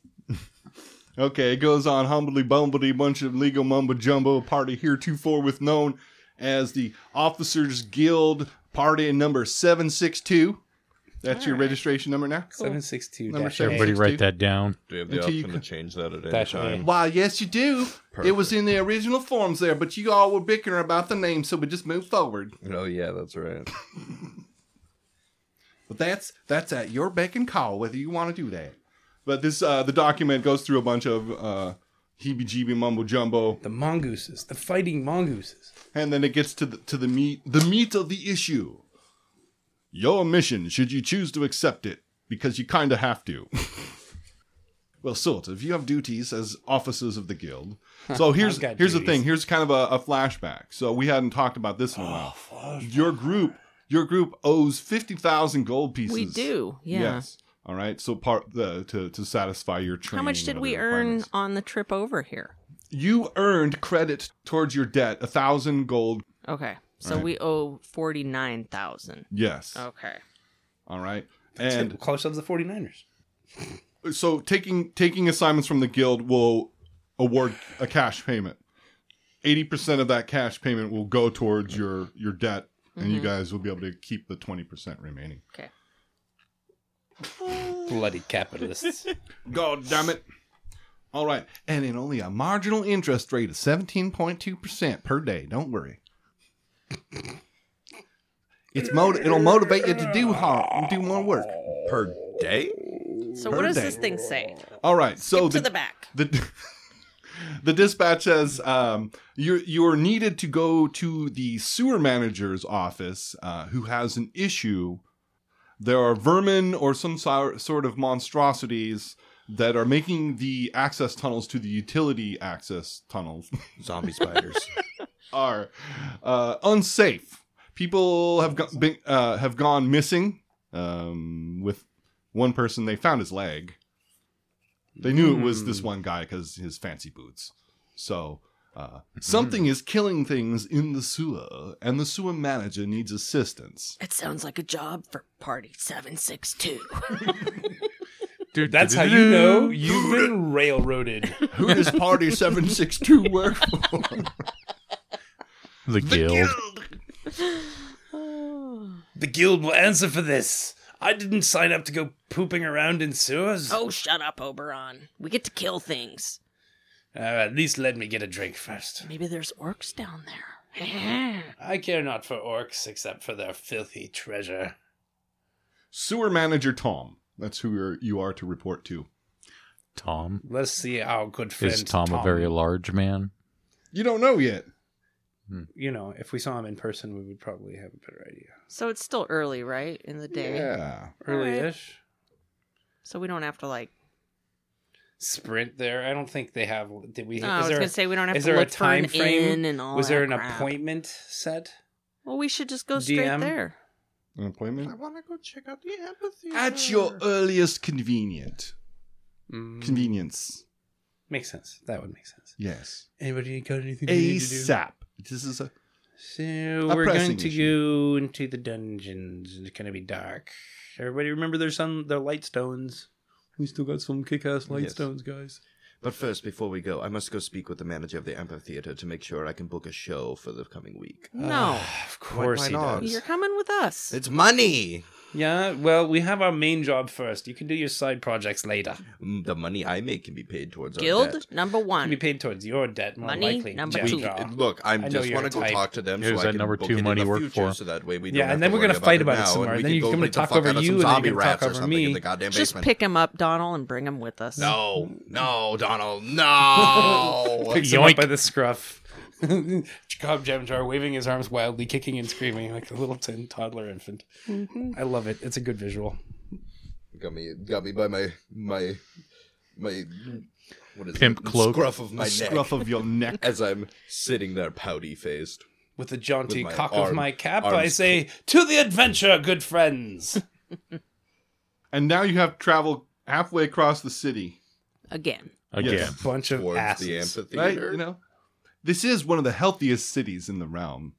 Speaker 2: Okay, it goes on humbly bumbledy bunch of legal mumbo jumbo party heretofore with known as the Officers Guild Party number seven six two. That's your registration number now.
Speaker 1: Seven six two.
Speaker 2: Number
Speaker 1: dash
Speaker 2: seven.
Speaker 1: eight.
Speaker 5: Everybody
Speaker 2: Steve.
Speaker 5: write that down.
Speaker 4: Do you have the
Speaker 2: Until you
Speaker 4: option to change that at any
Speaker 1: That's
Speaker 4: time?
Speaker 2: Why, yes, you do. It was in the original forms there, but you all were bickering about the name, so we just moved forward.
Speaker 4: Oh, yeah, that's right.
Speaker 2: But that's that's at your beck and call whether you want to do that. But this uh, the document goes through a bunch of uh, heebie-jeebie mumbo jumbo,
Speaker 1: The mongooses. The fighting mongooses.
Speaker 2: and then it gets to the to the meat the meat of the issue. Your mission, should you choose to accept it, because you kind of have to. *laughs* well, sort of. You have duties as officers of the guild. So here's
Speaker 1: got
Speaker 2: here's
Speaker 1: duties. Oh,
Speaker 2: the Oh, thing. Here's kind of a, a flashback. So we hadn't talked about this in a while. Your group Your group owes 50,000 gold pieces.
Speaker 3: We do. Yeah.
Speaker 2: Yes. All right. So part the to to satisfy your training.
Speaker 3: How much
Speaker 2: and
Speaker 3: did
Speaker 2: other
Speaker 3: we earn
Speaker 2: requirements.
Speaker 3: on the trip over here?
Speaker 2: You earned credit towards your debt, a thousand gold.
Speaker 3: Okay. So
Speaker 2: Right.
Speaker 3: we owe 49,000.
Speaker 2: Yes.
Speaker 3: Okay.
Speaker 2: All
Speaker 3: *laughs*
Speaker 2: right.
Speaker 1: And
Speaker 2: And
Speaker 1: close of the 49ers.
Speaker 2: so taking taking assignments from the guild will award a cash payment. Eighty percent of that cash payment will go towards your your debt, and you
Speaker 3: Mhm.
Speaker 2: guys will be able to keep the twenty percent remaining.
Speaker 1: Bloody capitalists.
Speaker 2: God damn it! All right, and in only a marginal interest rate of seventeen point two percent per day. Don't worry. It's mot- it'll motivate you to do hard, do more work.
Speaker 4: per day.
Speaker 3: So what does
Speaker 2: Birthday.
Speaker 3: this thing say?
Speaker 2: All right, so
Speaker 3: Skip to
Speaker 2: the-
Speaker 3: the back.
Speaker 2: the *laughs* the dispatch says um, you you're needed to go to the sewer manager's office uh, who has an issue there are vermin or some sor- sort of monstrosities that are making the access tunnels to the utility access tunnels
Speaker 1: *laughs*
Speaker 4: Zombie spiders.
Speaker 2: are uh, unsafe. People have go- been, uh, have gone missing. Um, with one person, they found his leg. They knew it was this one guy because his fancy boots. So uh, something is killing things in the sewer, and the sewer manager needs
Speaker 3: *laughs*
Speaker 2: assistance.
Speaker 3: It sounds like a job for Party 762. *laughs*
Speaker 1: That's how you know you've been railroaded.
Speaker 2: Who does Party Seven Six Two work for?
Speaker 5: The guild.
Speaker 3: Oh,
Speaker 1: The guild will answer for this. I didn't sign up to go pooping around in sewers.
Speaker 3: oh, shut up, Oberon. We get to kill things.
Speaker 1: Uh, at least let me get a drink first.
Speaker 3: Maybe there's orcs down there.
Speaker 1: I care not for orcs except for their filthy treasure.
Speaker 2: Sewer manager Tom. That's who you're, you are to report to.
Speaker 5: Tom.
Speaker 1: Let's see how good friends.
Speaker 5: Is Tom, a very large man?
Speaker 2: You don't know yet.
Speaker 1: You know, if we saw him in person, we would probably have a better idea.
Speaker 3: *laughs* so it's still early, right? In the day.
Speaker 2: Yeah.
Speaker 1: Early-ish.
Speaker 3: So we don't have to like.
Speaker 1: Sprint there. I don't think they have. Did we?
Speaker 3: No, Oh, I was
Speaker 1: there,
Speaker 3: gonna say we don't have
Speaker 1: is
Speaker 3: to
Speaker 1: there a
Speaker 3: look for an
Speaker 1: time frame?
Speaker 3: inn and all.
Speaker 1: was there an
Speaker 3: that crap.
Speaker 1: appointment set?
Speaker 3: Well, we should just go straight
Speaker 1: DM?
Speaker 3: there.
Speaker 2: An appointment?
Speaker 4: I want to go check out the empathy.
Speaker 2: at your earliest convenient
Speaker 1: Mm,
Speaker 2: convenience.
Speaker 1: makes sense. That would make sense.
Speaker 2: Yes,
Speaker 1: Anybody got anything we need to do?
Speaker 2: ASAP. This is a
Speaker 1: So
Speaker 2: A
Speaker 1: we're going
Speaker 2: pressing
Speaker 1: to go into the dungeons. and It's gonna be dark. Everybody remember their sun, their light stones. We still got some kick-ass light
Speaker 4: Yes.
Speaker 1: stones, guys.
Speaker 4: But first, before we go, I must go speak with the manager of the amphitheater to make sure I can book a show for the coming week.
Speaker 3: No,
Speaker 1: Ah, of course
Speaker 4: why
Speaker 1: he
Speaker 4: not?
Speaker 1: does.
Speaker 3: you're coming with us.
Speaker 4: It's money.
Speaker 1: Yeah, well, we have our main job first. You can do your side projects later.
Speaker 4: Mm, The money I make can be paid towards Our
Speaker 3: Guild
Speaker 4: debt.
Speaker 3: number
Speaker 1: Can be
Speaker 3: one.
Speaker 1: paid towards your debt, more
Speaker 3: Money,
Speaker 1: likely.
Speaker 3: number
Speaker 1: Jack
Speaker 3: two.
Speaker 1: Jaw. *laughs*
Speaker 4: We- look, I'm
Speaker 1: Ah. I know
Speaker 4: just
Speaker 1: you're
Speaker 4: want to go
Speaker 1: tight.
Speaker 4: talk to them
Speaker 5: Here's
Speaker 4: so I
Speaker 5: that
Speaker 4: can
Speaker 5: number
Speaker 4: book
Speaker 5: two
Speaker 4: it in
Speaker 5: money
Speaker 4: the
Speaker 5: work
Speaker 4: future,
Speaker 5: for.
Speaker 4: so that way we
Speaker 1: Yeah,
Speaker 4: don't have
Speaker 1: and then
Speaker 4: to
Speaker 1: we're gonna
Speaker 4: worry
Speaker 1: fight
Speaker 4: it
Speaker 1: about it
Speaker 4: now,
Speaker 1: some more,
Speaker 4: and
Speaker 1: and
Speaker 4: we
Speaker 1: then
Speaker 4: can
Speaker 1: you're
Speaker 4: go
Speaker 1: gonna
Speaker 4: to
Speaker 1: talk
Speaker 4: fuck
Speaker 1: over
Speaker 4: out of some
Speaker 1: you, and you're
Speaker 4: zombie
Speaker 1: gonna
Speaker 4: rats
Speaker 1: talk
Speaker 4: or
Speaker 1: over
Speaker 4: something in
Speaker 1: me.
Speaker 4: the goddamn
Speaker 3: Just
Speaker 4: basement.
Speaker 3: pick him up, Donald, and bring him with us.
Speaker 4: No,
Speaker 2: Mm-hmm.
Speaker 4: no,
Speaker 2: *laughs*
Speaker 4: Donald, no.
Speaker 1: Picks him up
Speaker 5: Yoink.
Speaker 1: by the *laughs* scruff. Jacob Jamjar waving his arms wildly, kicking and screaming like a little tin toddler infant.
Speaker 3: Mm-hmm.
Speaker 1: I love it. It's a good visual.
Speaker 4: got me, got me by my my my what is
Speaker 5: Pimp
Speaker 4: it?
Speaker 5: cloak.
Speaker 4: scruff of my
Speaker 2: scruff
Speaker 4: neck
Speaker 2: of your neck.
Speaker 4: as I'm sitting there pouty faced.
Speaker 1: With the jaunty
Speaker 4: With my
Speaker 1: cock of
Speaker 4: arm-
Speaker 1: my cap,
Speaker 4: arms
Speaker 1: I say, "To the adventure, good friends!"
Speaker 2: *laughs* And now you have traveled halfway across the city,
Speaker 3: Again.
Speaker 5: Again.
Speaker 2: Yes.
Speaker 1: *laughs* Bunch of
Speaker 4: towards the
Speaker 1: asses.
Speaker 2: right?
Speaker 4: amphitheater.
Speaker 2: You know, this is one of the healthiest cities in the realm.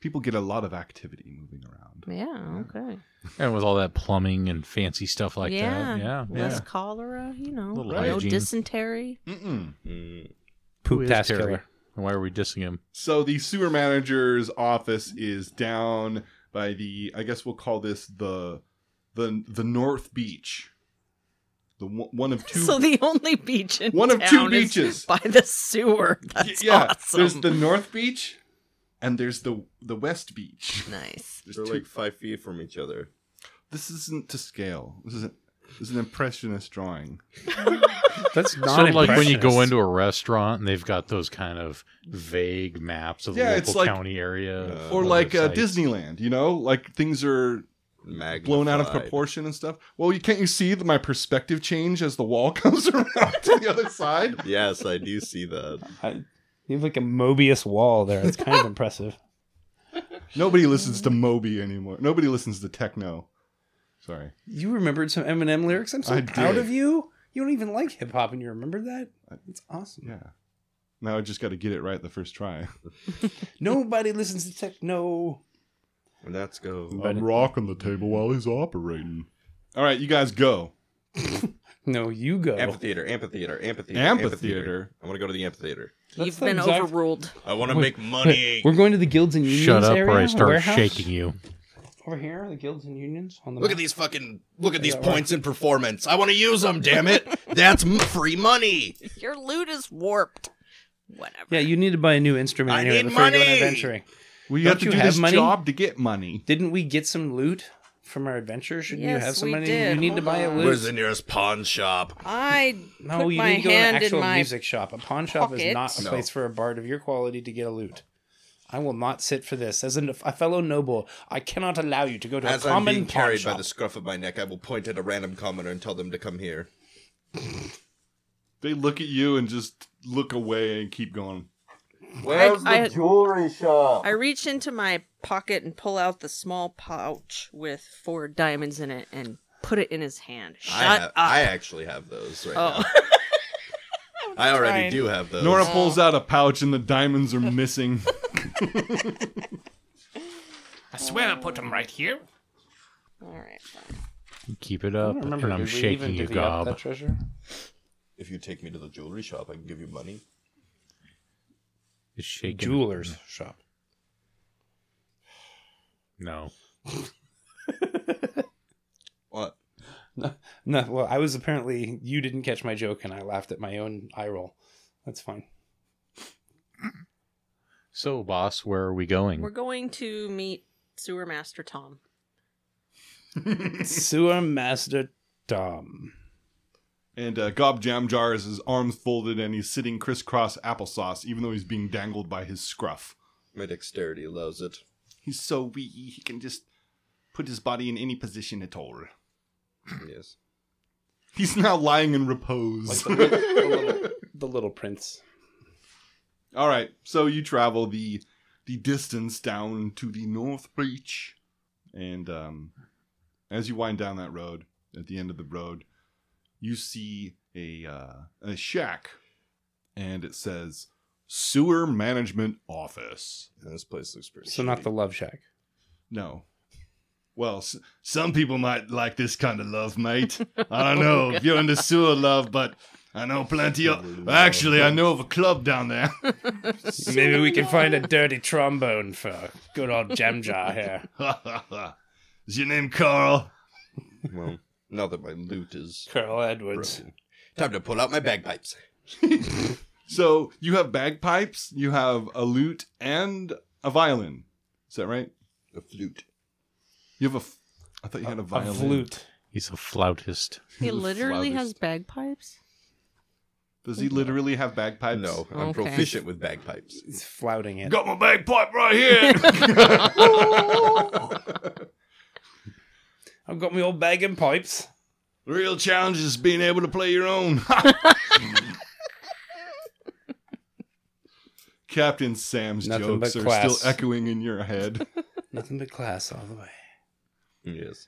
Speaker 2: People get a lot of activity moving around.
Speaker 3: Yeah. Okay.
Speaker 5: And with all that plumbing and fancy stuff like that.
Speaker 3: yeah.
Speaker 5: Yeah.
Speaker 3: Less cholera. You know.
Speaker 5: Little
Speaker 3: No
Speaker 5: hygiene.
Speaker 3: dysentery.
Speaker 2: Mm-mm.
Speaker 4: Mm,
Speaker 5: Who
Speaker 1: Poop
Speaker 5: is
Speaker 1: task
Speaker 5: Terry?
Speaker 1: killer.
Speaker 5: And Why are we dissing him?
Speaker 2: So the sewer manager's office is down by the I guess we'll call this the the the North Beach. The one one of two
Speaker 3: *laughs* So the only beach in
Speaker 2: One of two
Speaker 3: town is
Speaker 2: beaches.
Speaker 3: *laughs* by the sewer. That's
Speaker 2: Y- *laughs* yeah,
Speaker 3: awesome.
Speaker 2: there's the North Beach, and there's the the West Beach.
Speaker 3: nice.
Speaker 2: There's
Speaker 4: they're
Speaker 2: two-
Speaker 4: like five feet from each other.
Speaker 2: this isn't to scale. This is a, this is an impressionist drawing.
Speaker 1: *laughs* That's not
Speaker 5: So like when you go into a restaurant and they've got those kind of vague maps of the
Speaker 2: Yeah,
Speaker 5: local
Speaker 2: it's like-
Speaker 5: county area.
Speaker 4: Uh,
Speaker 2: or
Speaker 5: other
Speaker 2: like uh,
Speaker 5: sites.
Speaker 2: Disneyland, you know, like things are
Speaker 4: Magnified.
Speaker 2: blown out of proportion and stuff. Well, you can't you see that my perspective change as the wall *laughs* comes around to the other side?
Speaker 4: Yes, I do see that.
Speaker 1: *laughs* I, you have like a Mobius wall there. It's kind of impressive.
Speaker 2: Nobody listens to Moby anymore. Nobody listens to techno. Sorry.
Speaker 1: You remembered some Eminem lyrics? I'm so
Speaker 2: I
Speaker 1: proud
Speaker 2: did.
Speaker 1: of you. You don't even like hip hop, and you remember that? It's awesome.
Speaker 2: Yeah. Now I just got to get it right the first try.
Speaker 1: Nobody listens to techno.
Speaker 4: Let's go.
Speaker 2: I'm rocking the table while he's operating. All right, you guys go.
Speaker 1: No, you go.
Speaker 4: Amphitheater, amphitheater, amphitheater,
Speaker 2: Amphitheater.
Speaker 4: I want to go to the amphitheater.
Speaker 1: That's
Speaker 3: You've
Speaker 1: the
Speaker 3: been
Speaker 1: exact-
Speaker 3: overruled.
Speaker 4: I want to make money.
Speaker 1: We're going to the guilds and unions
Speaker 5: Shut up
Speaker 1: area.
Speaker 5: or I start
Speaker 1: warehouse.
Speaker 5: shaking you.
Speaker 1: Over here, the guilds and unions on the
Speaker 4: Look at
Speaker 1: map.
Speaker 4: these fucking look at these
Speaker 1: Yeah, right.
Speaker 4: points in performance. I want to use them. Damn it! That's m- free money.
Speaker 3: Your loot is warped. Whatever.
Speaker 1: Yeah, you need to buy a new instrument
Speaker 4: I
Speaker 1: anyway
Speaker 4: need
Speaker 1: before you go on
Speaker 4: money!
Speaker 1: adventuring.
Speaker 2: We
Speaker 1: Don't
Speaker 2: have to
Speaker 1: you
Speaker 2: do
Speaker 1: have
Speaker 2: this
Speaker 1: money?
Speaker 2: job to get money.
Speaker 1: Didn't we get some loot from our adventure? Shouldn't
Speaker 3: Yes,
Speaker 1: you have some
Speaker 3: we
Speaker 1: money?
Speaker 3: did.
Speaker 1: You need to
Speaker 3: Hold
Speaker 1: buy a
Speaker 3: on.
Speaker 1: loot.
Speaker 4: Where's the nearest pawn shop?
Speaker 3: I
Speaker 1: no,
Speaker 3: put
Speaker 1: you
Speaker 3: my
Speaker 1: need to go to an
Speaker 3: hand in
Speaker 1: actual
Speaker 3: my
Speaker 1: music shop. A pawn shop is not a
Speaker 4: pocket.
Speaker 1: place for a bard of your quality to get a loot. I will not sit for this. As an, a fellow noble, I cannot allow you to go to
Speaker 4: As
Speaker 1: a
Speaker 4: I'm
Speaker 1: common
Speaker 4: being carried
Speaker 1: pawn shop.
Speaker 4: by the scruff of my neck, I will point at a random commoner and tell them to come here.
Speaker 2: They look at you and just look away and keep going.
Speaker 3: Where's I- the I-
Speaker 6: jewelry shop?
Speaker 3: I reach into my pocket and pull out the small pouch with four diamonds in it and put it in his hand. Shut
Speaker 4: I, ha-
Speaker 3: up.
Speaker 4: I actually have those right
Speaker 3: *laughs* oh.
Speaker 4: now. I already
Speaker 3: trying.
Speaker 4: do have those.
Speaker 2: Nora pulls out a pouch and the diamonds are *laughs* missing.
Speaker 7: I swear I put them right here.
Speaker 3: All right.
Speaker 5: Keep it
Speaker 1: I
Speaker 5: up,
Speaker 1: don't remember.
Speaker 5: and I'm
Speaker 1: did we
Speaker 5: shaking
Speaker 1: even
Speaker 5: you,
Speaker 1: divvy up that
Speaker 5: Gob.
Speaker 1: treasure?
Speaker 4: If you take me to the jewelry shop, I can give you money.
Speaker 5: It's shaking.
Speaker 1: Jeweler's
Speaker 5: Mm.
Speaker 1: shop.
Speaker 5: No.
Speaker 4: What?
Speaker 1: No, well, I was apparently you didn't catch my joke, and I laughed at my own eye roll. That's fine.
Speaker 4: *laughs*
Speaker 5: So, boss, where are we going?
Speaker 3: We're going to meet Sewer Master Tom.
Speaker 1: Sewer Master Tom.
Speaker 2: And uh, Gob Jam Jar is his arms folded and he's sitting crisscross applesauce, even though he's being dangled by his scruff.
Speaker 4: My dexterity allows it. *clears throat*
Speaker 2: He's so wee, he can just put his body in any position at all.
Speaker 4: yes.
Speaker 2: He's now lying in repose. *laughs*
Speaker 1: the, little, the Little Prince.
Speaker 2: all right, so you travel the the distance down to the North Reach, and um, as you wind down that road, at the end of the road, you see a uh, a shack, and it says Sewer Management Office.
Speaker 4: And this place looks pretty.
Speaker 1: So not the
Speaker 4: shitty.
Speaker 1: Love Shack.
Speaker 2: No. Well, s- some people might like this kind of love, mate. I don't know if you're into sewer love, but I know plenty of. Actually, I know of a club down there.
Speaker 1: Maybe we can find a dirty trombone for good old Jam Jar here. *laughs*
Speaker 2: Is your name Carl?
Speaker 4: Well, now that my loot is
Speaker 1: Carl Edwards.
Speaker 4: broken. Time to pull out my bagpipes.
Speaker 2: So you have bagpipes, you have a lute, and a violin. Is that right?
Speaker 4: A flute.
Speaker 2: You have a. F- I thought you had a violin.
Speaker 1: A flute.
Speaker 5: He's a flautist.
Speaker 3: He
Speaker 2: The
Speaker 3: literally has
Speaker 2: loudest.
Speaker 3: bagpipes.
Speaker 2: Does he literally have bagpipes?
Speaker 4: No, I'm
Speaker 3: Okay.
Speaker 4: proficient with bagpipes.
Speaker 1: He's flouting it.
Speaker 2: *laughs* Got my bagpipe right here. *laughs*
Speaker 1: I've got my old bag and pipes.
Speaker 2: The real challenge is being able to play your *laughs* own. Captain Sam's
Speaker 1: Nothing
Speaker 2: jokes
Speaker 1: but
Speaker 2: are
Speaker 1: class.
Speaker 2: still echoing in your head.
Speaker 1: Nothing but class all the way.
Speaker 4: Yes.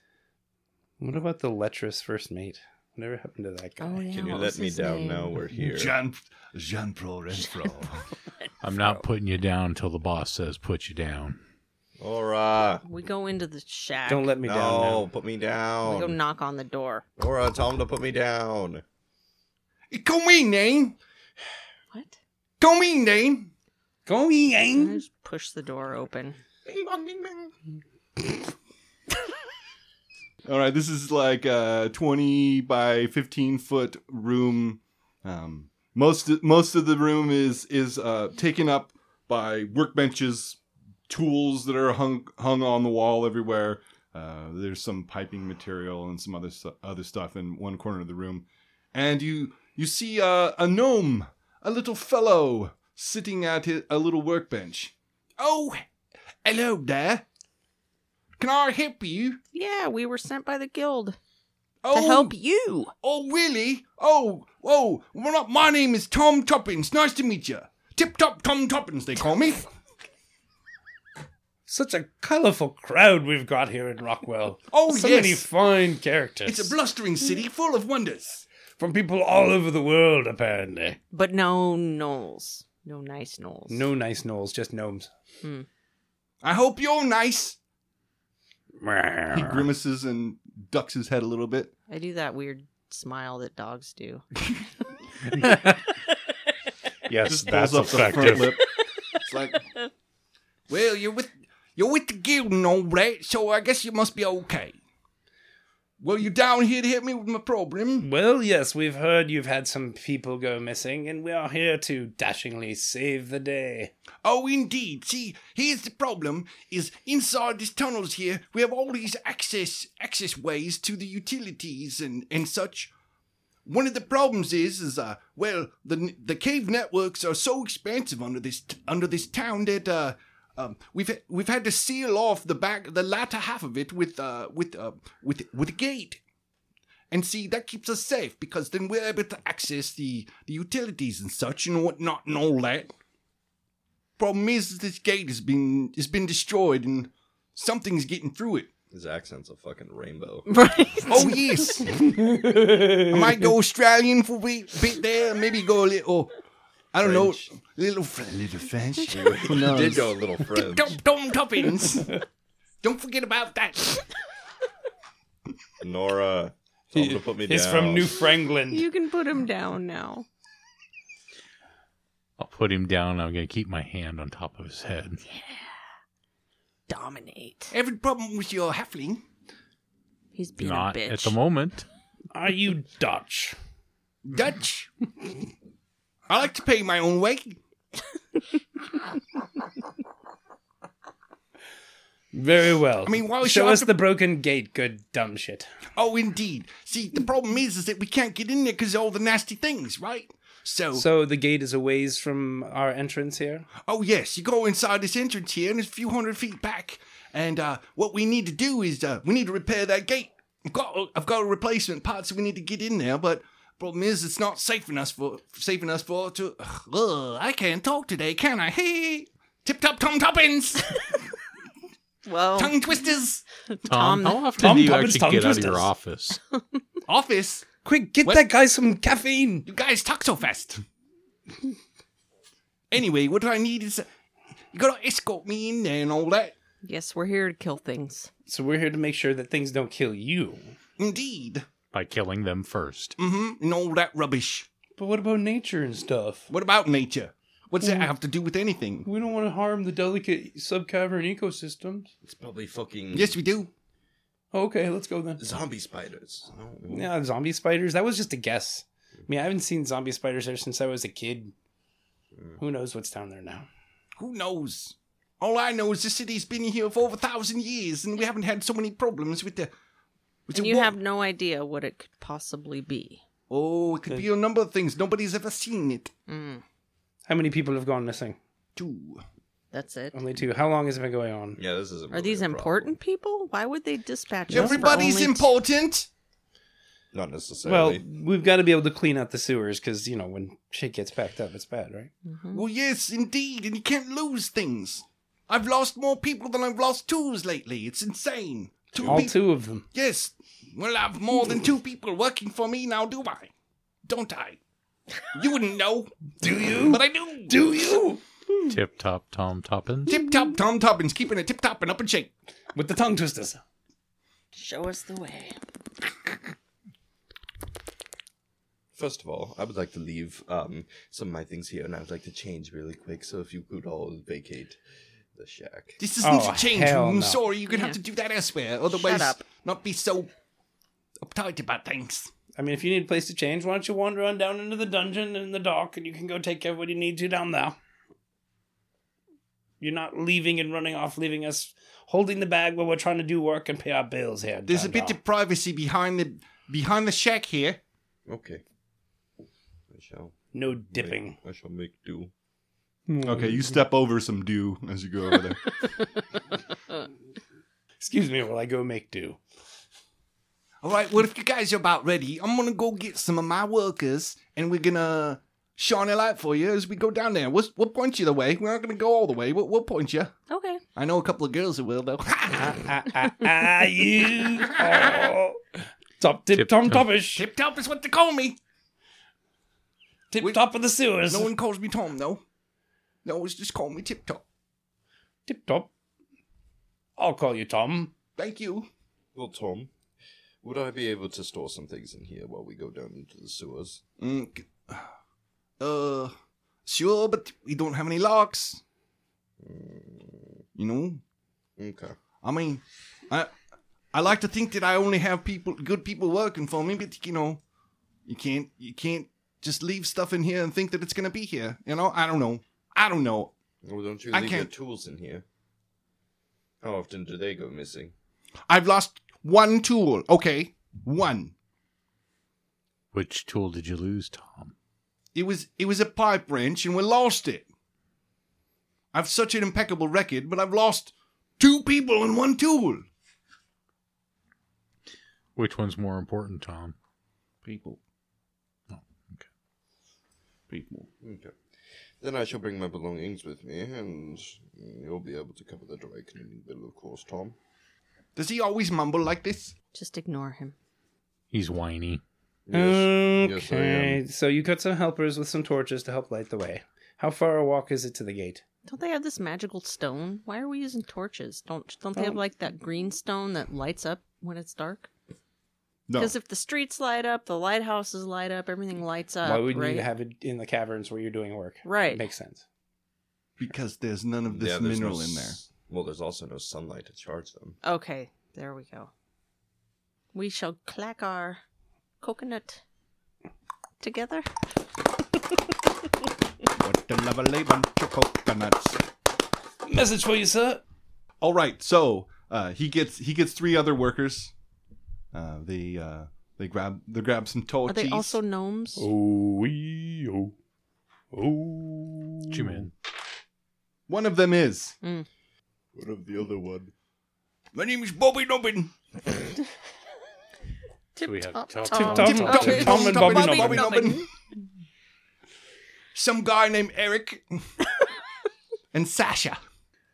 Speaker 1: What about the lecherous first mate? Whatever happened to that guy?
Speaker 4: Can you let me down now? We're here.
Speaker 2: Jean Jean Paul Renfro.
Speaker 5: I'm not putting you down until the boss says put you down.
Speaker 4: Aura.
Speaker 3: *laughs* We go into the shack.
Speaker 1: Don't let me
Speaker 4: No,
Speaker 1: down now.
Speaker 4: put me
Speaker 3: We go
Speaker 4: down.
Speaker 3: knock on the door.
Speaker 4: Aura, tell him to put me down.
Speaker 2: *laughs* Come in, Dane.
Speaker 3: What?
Speaker 2: Come in, Dane.
Speaker 1: Go
Speaker 3: And I
Speaker 1: yang.
Speaker 3: just push the door open.
Speaker 2: *laughs* All right, this is like a 20 by 15 foot room. Um, most most of the room is is uh, taken up by workbenches, tools that are hung hung on the wall everywhere. Uh, there's some piping material and some other stu- other stuff in one corner of the room, and you you see uh, a gnome, a little fellow sitting at hi- a little workbench. Oh, hello there. Can I help you?
Speaker 3: Yeah, we were sent by the guild
Speaker 2: Oh,
Speaker 3: to help you.
Speaker 2: Oh, really? Oh, whoa. Well, not- my name is Tom *laughs* Toppins. Nice to meet you. Tip Top Tom Toppins, they call me.
Speaker 1: Such a colorful crowd we've got here in Rockwell.
Speaker 2: Oh,
Speaker 1: so
Speaker 2: yes.
Speaker 1: many fine characters.
Speaker 2: It's a blustering city full of wonders.
Speaker 1: from people all over the world, apparently.
Speaker 3: But no gnolls. No nice gnolls.
Speaker 1: No nice gnolls, just
Speaker 2: *laughs*
Speaker 1: gnomes. *laughs*
Speaker 2: I hope you're nice.
Speaker 8: He grimaces and ducks his head a little bit.
Speaker 3: I do that weird smile that
Speaker 2: *laughs*
Speaker 3: dogs do.
Speaker 5: Yes,
Speaker 8: Just
Speaker 5: that's
Speaker 8: pulls up the front
Speaker 5: *laughs* effective.
Speaker 8: lip. It's like
Speaker 2: Well, you're with you're with the guild and all that, so I guess you must be okay. Well, you down here to help me with my problem?
Speaker 1: Well, yes, we've heard you've had some people go missing, and we are here to dashingly save the day.
Speaker 2: Oh, indeed. See, here's the problem: is inside these tunnels here, we have all these access access ways to the utilities and and such. One of the problems is, is uh, well, the the cave networks are so expansive under this under this town that uh, um, we've we've had to seal off the back the latter half of it with uh with uh with with a gate. And see, that keeps us safe because then we're able to access the, the utilities and such and whatnot and all that problem is this gate has been has been destroyed and something's getting through *laughs* it.
Speaker 4: His accent's a fucking rainbow.
Speaker 3: Right.
Speaker 2: Oh yes, I might go Australian for a bit, bit there. Maybe go a little. I don't know,
Speaker 4: French.
Speaker 2: little fr- *laughs* little French.
Speaker 4: He did go a little French.
Speaker 2: Dum dum tuppence. *laughs* Don't forget about that.
Speaker 4: Nora, tell him to put me
Speaker 1: He's
Speaker 4: down.
Speaker 1: from New Franklin.
Speaker 3: You can put him down now.
Speaker 5: I'll put him down. I'm going to keep my hand on top of his head.
Speaker 3: Dominate.
Speaker 2: Every problem with your halfling.
Speaker 3: He's being
Speaker 5: Not
Speaker 3: a bitch.
Speaker 5: at the moment.
Speaker 1: Are you Dutch?
Speaker 2: Dutch. I like to pay my own way.
Speaker 1: Very well.
Speaker 2: I mean, why was
Speaker 1: show
Speaker 2: you
Speaker 1: us
Speaker 2: after-
Speaker 1: the broken gate, good dumb shit.
Speaker 2: Oh, indeed. See, the problem is, is that we can't get in there because of all the nasty things, right?
Speaker 1: So the gate is a ways from our entrance here.
Speaker 2: Oh yes, you go inside this entrance here, and it's a few hundred feet back. And uh, what we need to do is uh, we need to repair that gate. I've got I've got a replacement part, so we need to get in there. But problem is, it's not safe enough for safe enough for to. Ugh, I can't talk today, can I? Hey, tip top tom toppins,
Speaker 3: well,
Speaker 2: tongue twisters,
Speaker 5: Tom,
Speaker 3: Tom-
Speaker 5: Um, how often
Speaker 1: Tom
Speaker 5: do you
Speaker 1: Tuppence,
Speaker 5: actually
Speaker 1: Tom
Speaker 5: get out of
Speaker 1: Twisters.
Speaker 5: your office?
Speaker 2: office.
Speaker 1: Quick, get
Speaker 2: What?
Speaker 1: that guy some caffeine.
Speaker 2: You guys talk so fast. anyway, what do I need is uh, you gotta escort me in there and all that.
Speaker 3: yes, we're here to kill things.
Speaker 1: So we're here to make sure that things don't kill you.
Speaker 2: Indeed.
Speaker 5: By killing them first.
Speaker 2: Mm-hmm. And all that rubbish.
Speaker 1: But what about nature and stuff?
Speaker 2: What about nature? What's
Speaker 3: Mm.
Speaker 2: that have to do with anything?
Speaker 1: We don't want to harm the delicate subcavern ecosystems.
Speaker 4: It's probably fucking
Speaker 2: Yes, we do.
Speaker 1: Okay, let's go then.
Speaker 4: zombie spiders. No.
Speaker 1: Yeah, zombie spiders. That was just a guess. I mean, I haven't seen zombie spiders there since I was a kid. Who knows what's down there now?
Speaker 2: Who knows? All I know is the city's been here for over a thousand years, and we haven't had so many problems with the. With
Speaker 3: And
Speaker 2: the
Speaker 3: you
Speaker 2: wa-
Speaker 3: have no idea what it could possibly be.
Speaker 2: Oh, it could be a number of things. Nobody's ever seen it.
Speaker 3: Mm,
Speaker 1: How many people have gone missing?
Speaker 2: Too.
Speaker 3: that's it.
Speaker 1: Only two. How long has it been going on?
Speaker 4: Yeah, this isn't.
Speaker 3: Are these important people? Why would they dispatch us for
Speaker 2: Everybody's
Speaker 3: only t-
Speaker 2: important.
Speaker 4: Not necessarily.
Speaker 1: Well, we've got to be able to clean out the sewers because, you know, when shit gets packed up, it's bad, right?
Speaker 3: Hmm?
Speaker 2: Well, yes, indeed, and you can't lose things. I've lost more people than I've lost tools lately. It's insane. Two
Speaker 1: All
Speaker 2: peop-
Speaker 1: two of them.
Speaker 2: Yes. Well, I've more than two people working for me now, do I? Don't I? You wouldn't know. Do you? But I do. Do you?
Speaker 5: Tip top Tom Toppin.
Speaker 2: Tip top Tom Toppins, keeping it tip top and up and shape.
Speaker 1: With the tongue twisters.
Speaker 3: Show us the way.
Speaker 4: First of all, I would like to leave um, some of my things here, and I would like to change really quick. So if you could all vacate the shack.
Speaker 2: This isn't
Speaker 1: Oh,
Speaker 2: a change
Speaker 1: hell
Speaker 2: room.
Speaker 1: no.
Speaker 2: Sorry, you're going to have to do that elsewhere. Otherwise,
Speaker 3: up.
Speaker 2: not be so uptight about things.
Speaker 1: I mean, if you need a place to change, why don't you wander on down into the dungeon and the dock, and you can go take care of what you need to down there. You're not leaving and running off, leaving us holding the bag while we're trying to do work and pay our bills here.
Speaker 2: There's
Speaker 1: down
Speaker 2: a bit
Speaker 1: there.
Speaker 2: of privacy behind the behind the shack here.
Speaker 4: Okay. I shall.
Speaker 1: no
Speaker 4: make-
Speaker 1: dipping.
Speaker 4: I shall make do.
Speaker 8: okay.
Speaker 1: Mm-hmm.
Speaker 8: You step over some dew as you go over there.
Speaker 1: *laughs* Excuse me while I go make do.
Speaker 2: All right, well, if you guys are about ready, I'm going to go get some of my workers, and we're going to shine a light for you as we go down there. We'll, we'll point you the way. We're not going to go all the way. We'll, we'll point you.
Speaker 3: Okay.
Speaker 2: I know a couple of girls who will, though. *laughs*
Speaker 1: Ah, ah, ah, you. Oh. *laughs* Top tip
Speaker 5: Tip
Speaker 1: tom
Speaker 5: top.
Speaker 1: topish.
Speaker 2: Tip top is what they call me.
Speaker 1: Tip
Speaker 2: Wait.
Speaker 1: top of the sewers.
Speaker 2: No one calls me Tom, though. They always just call me Tip Top.
Speaker 1: Tip top. I'll call you Tom.
Speaker 2: Thank you.
Speaker 4: Well, Tom, would I be able to store some things in here while we go down into the sewers?
Speaker 2: Mm, c- *sighs* uh, sure, but we don't have any locks. You know,
Speaker 4: Okay.
Speaker 2: I mean, I I like to think that I only have people, good people working for me, but you know, you can't you can't just leave stuff in here and think that it's gonna be here. You know, I don't know, I don't know.
Speaker 4: Well, don't you
Speaker 2: I
Speaker 4: leave your
Speaker 2: can't-
Speaker 4: tools in here? How often do they go missing?
Speaker 2: I've lost one tool. Okay, one.
Speaker 5: Which tool did you lose, Tom?
Speaker 2: It was it was a pipe wrench, and we lost it. I've such an impeccable record, but I've lost two people and one tool.
Speaker 5: Which one's more important, Tom?
Speaker 2: People. People.
Speaker 4: Okay. Then I shall bring my belongings with me, and you'll be able to cover the dry cleaning bill, of course, Tom.
Speaker 2: Does he always mumble like this?
Speaker 3: Just ignore him.
Speaker 5: He's whiny.
Speaker 4: Yes, yes, I
Speaker 1: okay.
Speaker 4: am.
Speaker 1: so you got some helpers with some torches to help light the way. How far a walk is it to the gate?
Speaker 3: Don't they have this magical stone? Why are we using torches? Don't don't they have
Speaker 2: Oh.
Speaker 1: Don't-
Speaker 3: like that green stone that lights up when it's dark?
Speaker 2: No.
Speaker 3: Because if the streets light up, the lighthouses light up, everything lights up.
Speaker 1: Why wouldn't
Speaker 3: right?
Speaker 1: you have it in the caverns where you're doing work?
Speaker 3: Right.
Speaker 1: Makes sense.
Speaker 2: Because there's none of this
Speaker 4: Yeah, there's no
Speaker 2: mineral in there.
Speaker 4: s- Well, there's also no sunlight to charge them.
Speaker 3: Okay, there we go. We shall clack our coconut together.
Speaker 2: What a lovely bunch of coconuts.
Speaker 1: Message for you, sir.
Speaker 2: All right, so uh, he gets he gets three other workers. Uh, they uh, they grab they grab some
Speaker 3: Are
Speaker 2: torches.
Speaker 3: they also gnomes?
Speaker 1: Oh, wee, oh. Oh.
Speaker 5: Jim in.
Speaker 2: One of them is.
Speaker 4: What of the other one?
Speaker 2: My name is Bobby Nobbin.
Speaker 3: Tip
Speaker 5: we have
Speaker 3: top,
Speaker 5: Tom-
Speaker 3: Tom,
Speaker 1: Tom-
Speaker 5: Tip
Speaker 3: Tom,
Speaker 1: Tom- Tom and Bobby Nobbin.
Speaker 3: *laughs*
Speaker 2: Some guy named Eric. *laughs* and Sasha.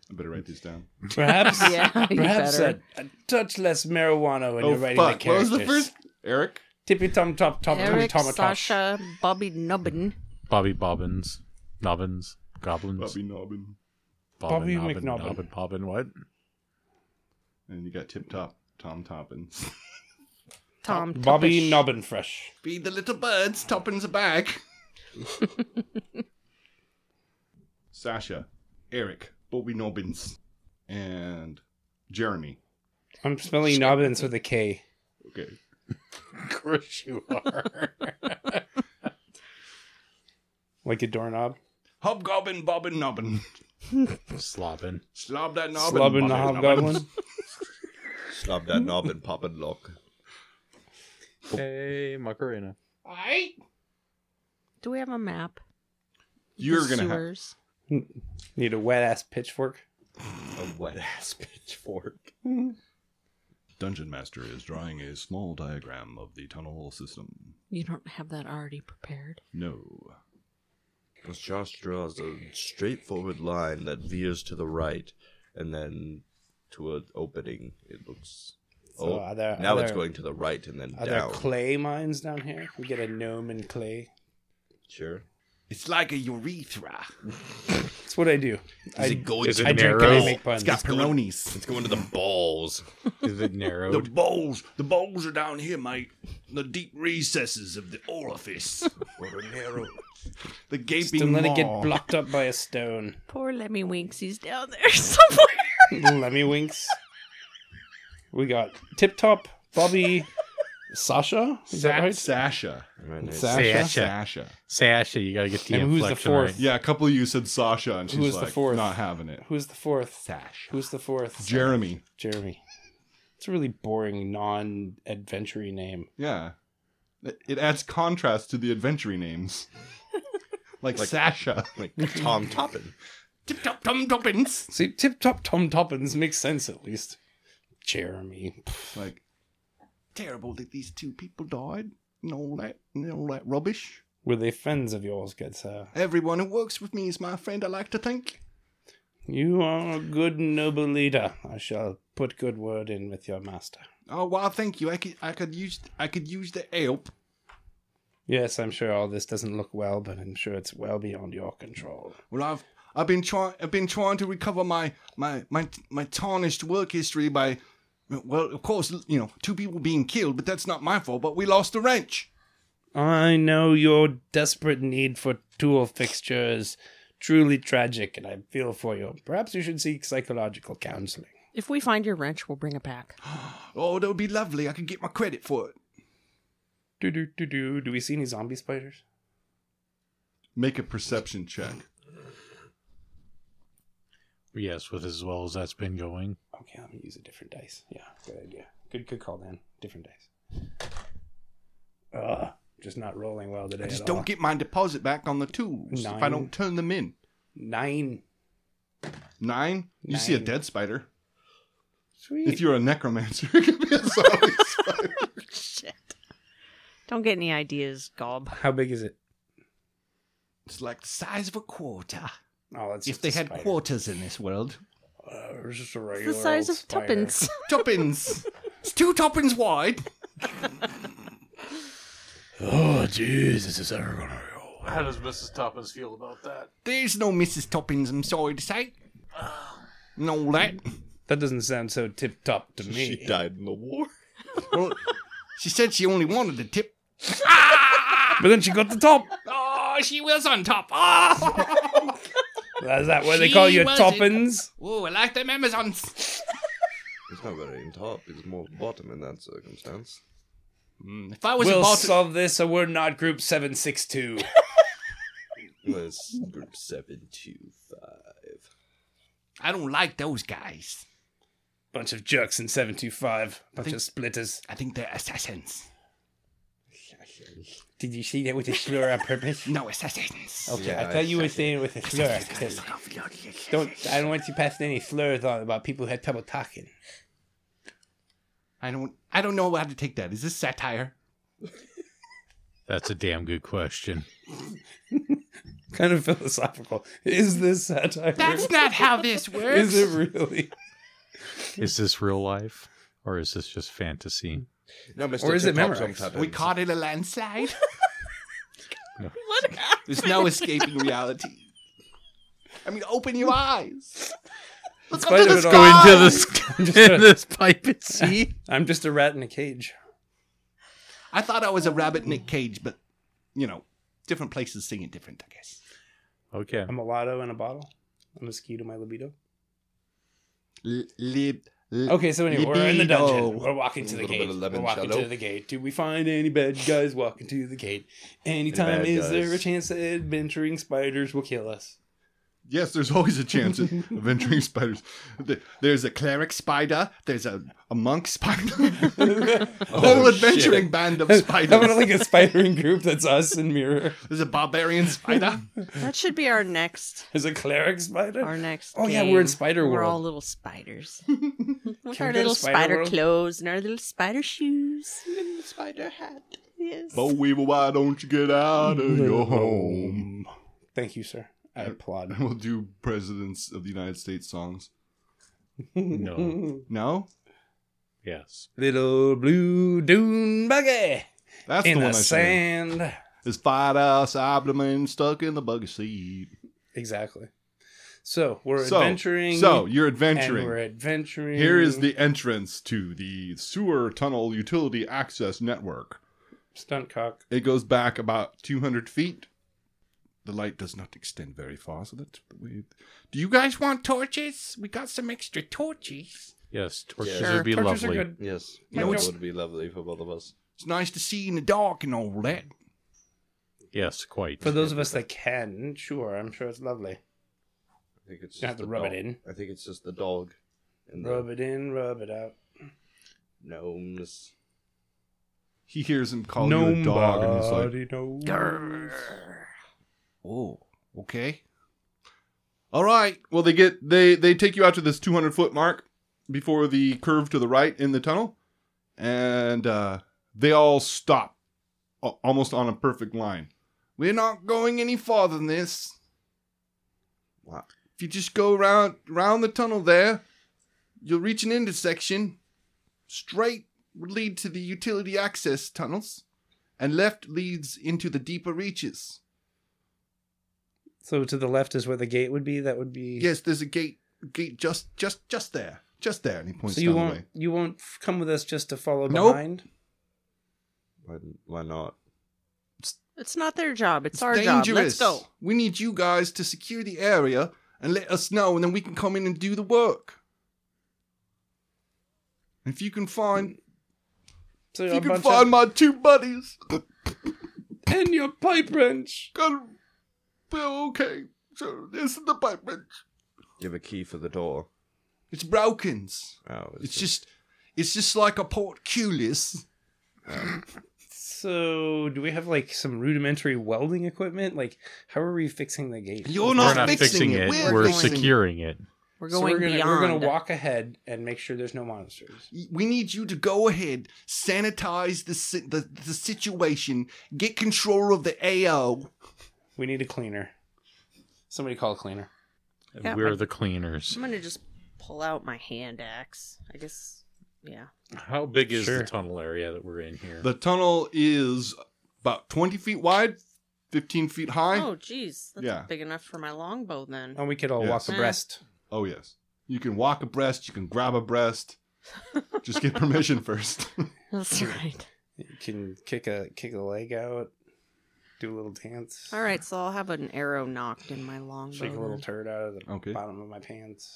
Speaker 2: I better write these down.
Speaker 1: Perhaps,
Speaker 3: *laughs* Yeah, you
Speaker 1: perhaps a,
Speaker 3: better.
Speaker 1: a touch less marijuana when
Speaker 2: oh
Speaker 1: you're writing the
Speaker 2: fuck! What was
Speaker 1: characters.
Speaker 2: the first? Eric.
Speaker 1: Tippy tom top top tom
Speaker 3: Eric,
Speaker 1: tom top.
Speaker 3: Sasha, Bobby Nubbin.
Speaker 5: Bobby Bobbins. Nobbins. Goblins.
Speaker 2: Nobbin.
Speaker 1: Bobby
Speaker 5: Nobbin,
Speaker 1: McNobbin.
Speaker 5: Nobbin, Bobbin, what?
Speaker 2: And you got Tip Top Tom Toppins. *laughs*
Speaker 3: Tom
Speaker 1: Bobby
Speaker 3: Tuppish.
Speaker 1: Nobbin Fresh.
Speaker 2: Be the little birds, Toppins are back. *laughs* Sasha, Eric, Bobby Nobbins, and Jeremy.
Speaker 1: I'm spelling Nobbins with a K.
Speaker 2: Okay. *laughs*
Speaker 1: Of course you are. *laughs* like a doorknob.
Speaker 2: Hobgoblin, Bobbin, Nobbin.
Speaker 5: Slobbin.
Speaker 2: Slob that Nobbin.
Speaker 1: Slubbing the
Speaker 2: Bobbin,
Speaker 1: hobgoblin.
Speaker 4: Slap that knob and pop and lock.
Speaker 5: Hey, Macarena.
Speaker 6: Aye.
Speaker 3: Do we have a map?
Speaker 2: You're
Speaker 3: The
Speaker 2: going to have.
Speaker 3: sewers?
Speaker 1: Need a wet ass pitchfork.
Speaker 4: A wet ass *laughs* pitchfork.
Speaker 2: Dungeon Master is drawing a small diagram of the tunnel system.
Speaker 3: You don't have that already prepared.
Speaker 2: No.
Speaker 4: Well, Josh draws a straightforward line that veers to the right, and then to an opening. It looks.
Speaker 1: So
Speaker 4: oh,
Speaker 1: are there- are
Speaker 4: now it's
Speaker 1: there-
Speaker 4: going to the right and then
Speaker 1: Are there
Speaker 4: down.
Speaker 1: clay mines down here? Can we get a gnome and clay.
Speaker 4: sure.
Speaker 2: It's like a urethra.
Speaker 1: That's what I do. I,
Speaker 4: going
Speaker 5: Is it
Speaker 1: I drink and I
Speaker 5: narrow?
Speaker 1: make puns.
Speaker 2: Peronis.
Speaker 4: It's going to the balls.
Speaker 5: Is it
Speaker 1: Oh,
Speaker 7: The *laughs*
Speaker 5: narrowed?
Speaker 7: bowls, the bowls are down here, mate. The deep recesses of the
Speaker 1: *laughs*
Speaker 7: orifice.
Speaker 4: What a narrow.
Speaker 2: The gaping
Speaker 1: Don't let it get
Speaker 2: maw.
Speaker 1: blocked up by a stone.
Speaker 3: Poor Lemmy Winks, he's down there *laughs* somewhere.
Speaker 1: Lemmy Winks. We got Tip Top, Bobby, Sasha. Is that right?
Speaker 2: Sasha.
Speaker 4: Right, it's-
Speaker 1: Sasha.
Speaker 2: Sasha.
Speaker 5: Sasha, you gotta get the
Speaker 1: And who's the
Speaker 5: inflection
Speaker 1: fourth?
Speaker 5: right.
Speaker 2: Yeah, a couple of you said Sasha, and
Speaker 1: Who
Speaker 2: she's
Speaker 1: was the
Speaker 2: like,
Speaker 1: fourth?
Speaker 2: not having it.
Speaker 1: Who's the fourth?
Speaker 2: Sasha.
Speaker 1: Who's the fourth?
Speaker 2: Jeremy.
Speaker 1: Jeremy. It's a really boring non-adventure name.
Speaker 2: Yeah. It, it adds contrast to the adventure *laughs* names. like, *laughs* Sasha.
Speaker 4: *laughs* Like Tom *laughs* Toppin.
Speaker 2: Tip top tum tuppins.
Speaker 1: See, Tip Top Tom Toppins makes sense at least. Jeremy.
Speaker 2: Like, terrible that these two people died and all that and all that rubbish.
Speaker 1: were they friends of yours, good sir?
Speaker 2: Everyone who works with me is my friend, I like to think.
Speaker 1: You are a good noble leader. I shall put good word in with your master.
Speaker 2: Oh, well, thank you. I could, I could use, I could use the help.
Speaker 1: Yes, I'm sure all this doesn't look well, but I'm sure it's well beyond your control.
Speaker 2: Well, I've, I've been trying, I've been trying to recover my, my, my, my tarnished work history by, well, of course, you know, two people being killed, but that's not my fault. But we lost the wrench.
Speaker 1: I know your desperate need for tool fixtures truly tragic, and I feel for you. Perhaps you should seek psychological counseling.
Speaker 3: If we find your wrench, we'll bring it back.
Speaker 2: Oh, that would be lovely. I could get my credit for it.
Speaker 1: Do do do do. Do we see any zombie spiders?
Speaker 2: Make a perception check.
Speaker 5: Yes, with as well as that's been going.
Speaker 1: Okay, let me use a different dice. Yeah, good idea. Good good call, Dan. Different dice. Ugh, just not rolling well today.
Speaker 2: I just
Speaker 1: at
Speaker 2: don't
Speaker 1: all.
Speaker 2: get my deposit back on the tools if I
Speaker 1: Nine.
Speaker 2: don't turn them in.
Speaker 1: nine.
Speaker 2: Nine? You see a
Speaker 1: Nine.
Speaker 2: dead spider.
Speaker 1: Sweet.
Speaker 2: If you're a necromancer, *laughs* it could be a zombie spider.
Speaker 3: Shit. Don't get any ideas, Gob.
Speaker 1: How big is it?
Speaker 2: It's like the size of a quarter.
Speaker 1: Oh, it's
Speaker 7: If they had
Speaker 1: quarters,
Speaker 7: quarters in this world,
Speaker 1: uh, it's just a
Speaker 3: It's
Speaker 1: regular
Speaker 3: the size
Speaker 1: old
Speaker 3: of
Speaker 1: spider. *laughs*
Speaker 3: tuppence.
Speaker 2: Toppins. it's two toppins wide.
Speaker 1: Oh, jeez, this is everywhere.
Speaker 5: How does Mrs. Toppins feel about that?
Speaker 2: There's no Mrs. Toppins, I'm sorry to say. No that.
Speaker 1: That doesn't sound so tip top *laughs* to me.
Speaker 4: She died in the war.
Speaker 2: Well, she said she only wanted the tip. Ah,
Speaker 1: But then she got the top.
Speaker 7: oh, she was on top. Oh,
Speaker 1: Is that why they
Speaker 7: She
Speaker 1: call you
Speaker 7: was
Speaker 1: toppins?
Speaker 7: *laughs* Ooh, I like them Amazons.
Speaker 4: It's not very in top. It's more bottom in that circumstance.
Speaker 7: Mm, If I was
Speaker 1: We'll
Speaker 7: a bottom,
Speaker 1: solve this, or we're not group seven six two. *laughs*
Speaker 4: That's group seven two five.
Speaker 7: I don't like those guys.
Speaker 1: Bunch of jerks in seven two five. Bunch
Speaker 7: think-
Speaker 1: of splitters.
Speaker 7: I think they're assassins.
Speaker 1: Did you see that with a slur *laughs* on purpose?
Speaker 7: No assassins.
Speaker 1: Okay,
Speaker 4: Yeah,
Speaker 1: I thought
Speaker 4: I-
Speaker 1: you were saying with a slur. 'cause Don't I don't want you passing any slurs on about people who had trouble talking.
Speaker 7: I don't. I don't know how to take that. Is this satire?
Speaker 5: That's a damn good question.
Speaker 1: *laughs* Kind of philosophical. Is this satire?
Speaker 7: That's not how
Speaker 1: *laughs*
Speaker 7: this works.
Speaker 1: Is it really?
Speaker 5: Is this real life or is this just fantasy?
Speaker 4: No, Mr.
Speaker 1: Or is it
Speaker 4: Tip-Top
Speaker 1: memorized?
Speaker 4: sometimes.
Speaker 7: we caught it a landslide.
Speaker 3: what happened?
Speaker 2: There's
Speaker 1: *laughs*
Speaker 2: no escaping reality. I mean, open your eyes.
Speaker 1: In spite of it all,
Speaker 5: Go into *laughs* this, in this pipe and see.
Speaker 1: I'm just a rat in a cage.
Speaker 2: I thought I was a rabbit in a cage, but, you know, different places sing it different, I guess.
Speaker 5: *laughs* Okay.
Speaker 1: I'm a lotto in a bottle. I'm a ski to my libido.
Speaker 2: L- lib- l-
Speaker 1: Okay, so anyway, we're in the
Speaker 2: libido.
Speaker 1: dungeon. We're walking to
Speaker 4: A
Speaker 1: the
Speaker 4: little
Speaker 1: gate.
Speaker 4: bit of
Speaker 1: We're
Speaker 4: lemon
Speaker 1: walking
Speaker 4: cello.
Speaker 1: to the gate. Do we find any bad guys walking to the gate? Anytime
Speaker 4: bad
Speaker 1: is there a
Speaker 4: guys?
Speaker 1: chance that adventuring spiders will kill
Speaker 2: *laughs*
Speaker 1: us? *laughs*
Speaker 2: Yes, there's always a chance of venturing spiders. There- There's a cleric spider. There's a, a monk spider. a whole adventuring
Speaker 1: *laughs*
Speaker 2: band of
Speaker 1: I want
Speaker 2: Oh, spiders.
Speaker 1: like a spidering group that's us in mirror.
Speaker 2: There's a barbarian spider.
Speaker 3: That should be our next.
Speaker 1: There's a cleric spider.
Speaker 3: Our next.
Speaker 1: Oh, yeah, we're in
Speaker 3: game.
Speaker 1: Spider
Speaker 3: We're
Speaker 1: World.
Speaker 3: all little spiders *laughs* with
Speaker 1: Can we
Speaker 3: our
Speaker 1: go to
Speaker 3: little
Speaker 1: Spider
Speaker 3: spider,
Speaker 1: World?
Speaker 3: clothes and our little spider shoes and little spider hat. Yes.
Speaker 2: Bo Weevil, why don't you get out of your home? Er,
Speaker 1: Thank you, sir. I applaud.
Speaker 2: *laughs* We'll do presidents of the United States songs.
Speaker 5: No.
Speaker 2: No,
Speaker 5: Yes.
Speaker 1: *laughs* Little blue dune buggy
Speaker 2: that's
Speaker 1: in
Speaker 2: the
Speaker 1: the,
Speaker 2: one I sang.
Speaker 1: sand.
Speaker 2: Is fight us abdomen stuck in the buggy seat?
Speaker 1: Exactly. So we're
Speaker 2: So-
Speaker 1: adventuring.
Speaker 2: So you're
Speaker 1: And we're
Speaker 2: adventuring.
Speaker 1: adventuring.
Speaker 2: Here is the entrance to the sewer tunnel utility access network.
Speaker 1: stunt cock.
Speaker 2: It goes back about 200 feet. The light does not extend very far, so that's. We, do you guys want torches? We got some extra torches.
Speaker 5: Yes. Torches
Speaker 4: Sure,
Speaker 5: would be
Speaker 1: Torches
Speaker 5: lovely.
Speaker 1: are good.
Speaker 4: Yes,
Speaker 1: You
Speaker 4: that
Speaker 1: know, it's-
Speaker 4: would be lovely for both of us.
Speaker 2: It's nice to see in the dark and all that.
Speaker 5: Yes, quite.
Speaker 1: For those of us that can, sure, I'm sure it's lovely.
Speaker 4: I think it's
Speaker 1: You
Speaker 4: just
Speaker 1: have to
Speaker 4: the
Speaker 1: rub it
Speaker 4: dog.
Speaker 1: in.
Speaker 4: I think it's just the dog. And
Speaker 1: Rub
Speaker 4: the
Speaker 1: it in, rub it out.
Speaker 4: gnomes.
Speaker 2: He hears him calling you a dog, and he's
Speaker 1: Nobody
Speaker 2: like,
Speaker 1: knows.
Speaker 2: "Oh, okay, all right." Well, they get they they take you out to this 200 foot mark before the curve to the right in the tunnel, and uh, they all stop a- almost on a perfect line. We're not going any farther than this.
Speaker 4: Wow.
Speaker 2: If you just go round round the tunnel there, you'll reach an intersection. Straight would lead to the utility access tunnels, and left leads into the deeper reaches.
Speaker 1: So to the left is where the gate would be. That would be
Speaker 2: Yes, there's a gate gate just just just there. Just there, and he points
Speaker 1: So you
Speaker 2: down the
Speaker 1: won't
Speaker 2: way.
Speaker 1: you won't f- come with us just to follow
Speaker 2: Nope.
Speaker 1: behind.
Speaker 4: Why, why not?
Speaker 3: It's not their job. It's, our job. Let's go.
Speaker 2: We need you guys to secure the area and let us know, and then we can come in and do the work. If you can find,
Speaker 1: So
Speaker 2: if
Speaker 1: a
Speaker 2: you can
Speaker 1: bunch
Speaker 2: find
Speaker 1: of-
Speaker 2: my two buddies,
Speaker 1: and your pipe wrench.
Speaker 2: God, well, okay. So this is the pipe wrench.
Speaker 4: You have a key for the door.
Speaker 2: It's Brokens.
Speaker 4: Oh,
Speaker 2: It's just, it's just like a portcullis.
Speaker 1: So do we have like some rudimentary welding equipment? Like how are we fixing the gate?
Speaker 2: You're
Speaker 5: We're
Speaker 2: not,
Speaker 5: not
Speaker 2: fixing,
Speaker 5: fixing it.
Speaker 2: We're,
Speaker 5: We're
Speaker 2: fixing it.
Speaker 5: securing it.
Speaker 3: We're
Speaker 1: So
Speaker 3: going
Speaker 1: we're gonna,
Speaker 3: beyond.
Speaker 1: We're gonna walk ahead and make sure there's no monsters.
Speaker 2: We need you to go ahead, sanitize the si- the, the situation, get control of the AO.
Speaker 1: We need a cleaner. Somebody call a cleaner.
Speaker 5: And
Speaker 3: Yeah,
Speaker 5: we're
Speaker 3: but-
Speaker 5: the cleaners.
Speaker 3: I'm gonna just pull out my hand axe. I guess. Yeah.
Speaker 5: How big is
Speaker 1: Sure.
Speaker 5: the tunnel area that we're in here?
Speaker 2: The tunnel is about 20 feet wide, 15 feet high. Oh,
Speaker 3: oh, jeez, that's
Speaker 2: Yeah.
Speaker 3: big enough for my longbow then.
Speaker 1: And we could all walk
Speaker 2: Yes.
Speaker 1: abreast.
Speaker 2: Oh, yes. You can walk abreast, you can grab abreast. Just get permission first.
Speaker 3: That's right.
Speaker 1: You can kick a kick a leg out, do a little dance.
Speaker 3: All right, so I'll have an arrow knocked in my longbow.
Speaker 1: Shake a little
Speaker 3: then.
Speaker 1: turd out of the
Speaker 2: Okay.
Speaker 1: bottom of my pants.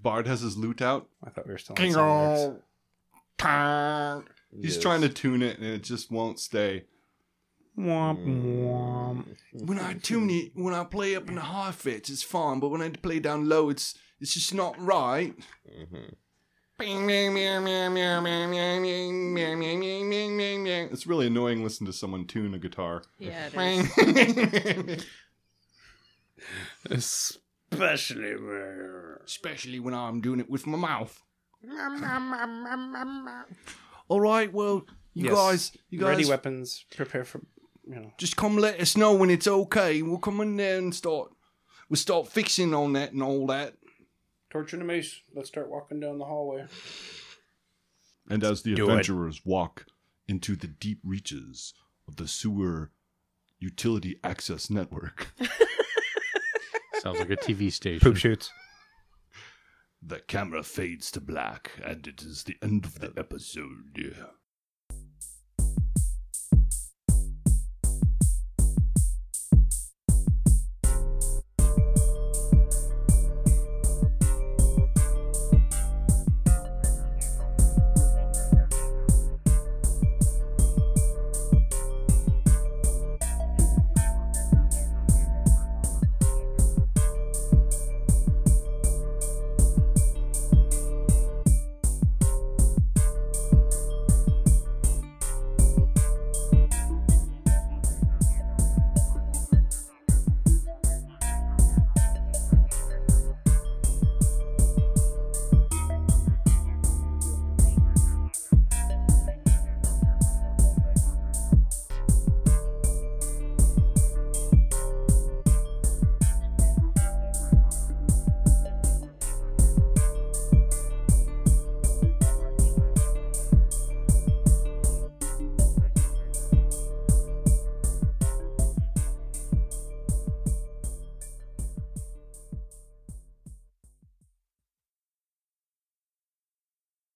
Speaker 2: Bard has his lute out.
Speaker 1: I thought we were still on songs.
Speaker 7: Kingo. Tong.
Speaker 2: He's trying to tune it and it just won't stay.
Speaker 1: Womp womp.
Speaker 2: When I tune it, when I play up in the high frets, it's fine, but when I play down low, it's it's just not right.
Speaker 4: Mhm.
Speaker 2: Bing, bing, bing, bing, bing, bing, bing, bing, bing, bing, bing, bing, bing, bing. It's really annoying listening to someone tune a guitar.
Speaker 3: Yeah, it is.
Speaker 2: Especially
Speaker 1: Especially where
Speaker 2: when I'm doing it with my mouth. All right, well, you
Speaker 1: Yes.
Speaker 2: guys, you
Speaker 1: ready
Speaker 2: guys,
Speaker 1: weapons, prepare for you know.
Speaker 2: just come let us know when it's okay. We'll come in there and start. We'll start fixing on that and all that.
Speaker 1: Torch and a mace. Let's start walking down the hallway.
Speaker 2: And as the
Speaker 1: Do it.
Speaker 2: adventurers walk into the deep reaches of the sewer utility access network,
Speaker 5: Sounds like a TV station.
Speaker 1: shoots.
Speaker 2: the camera fades to black, and it is the end of the episode.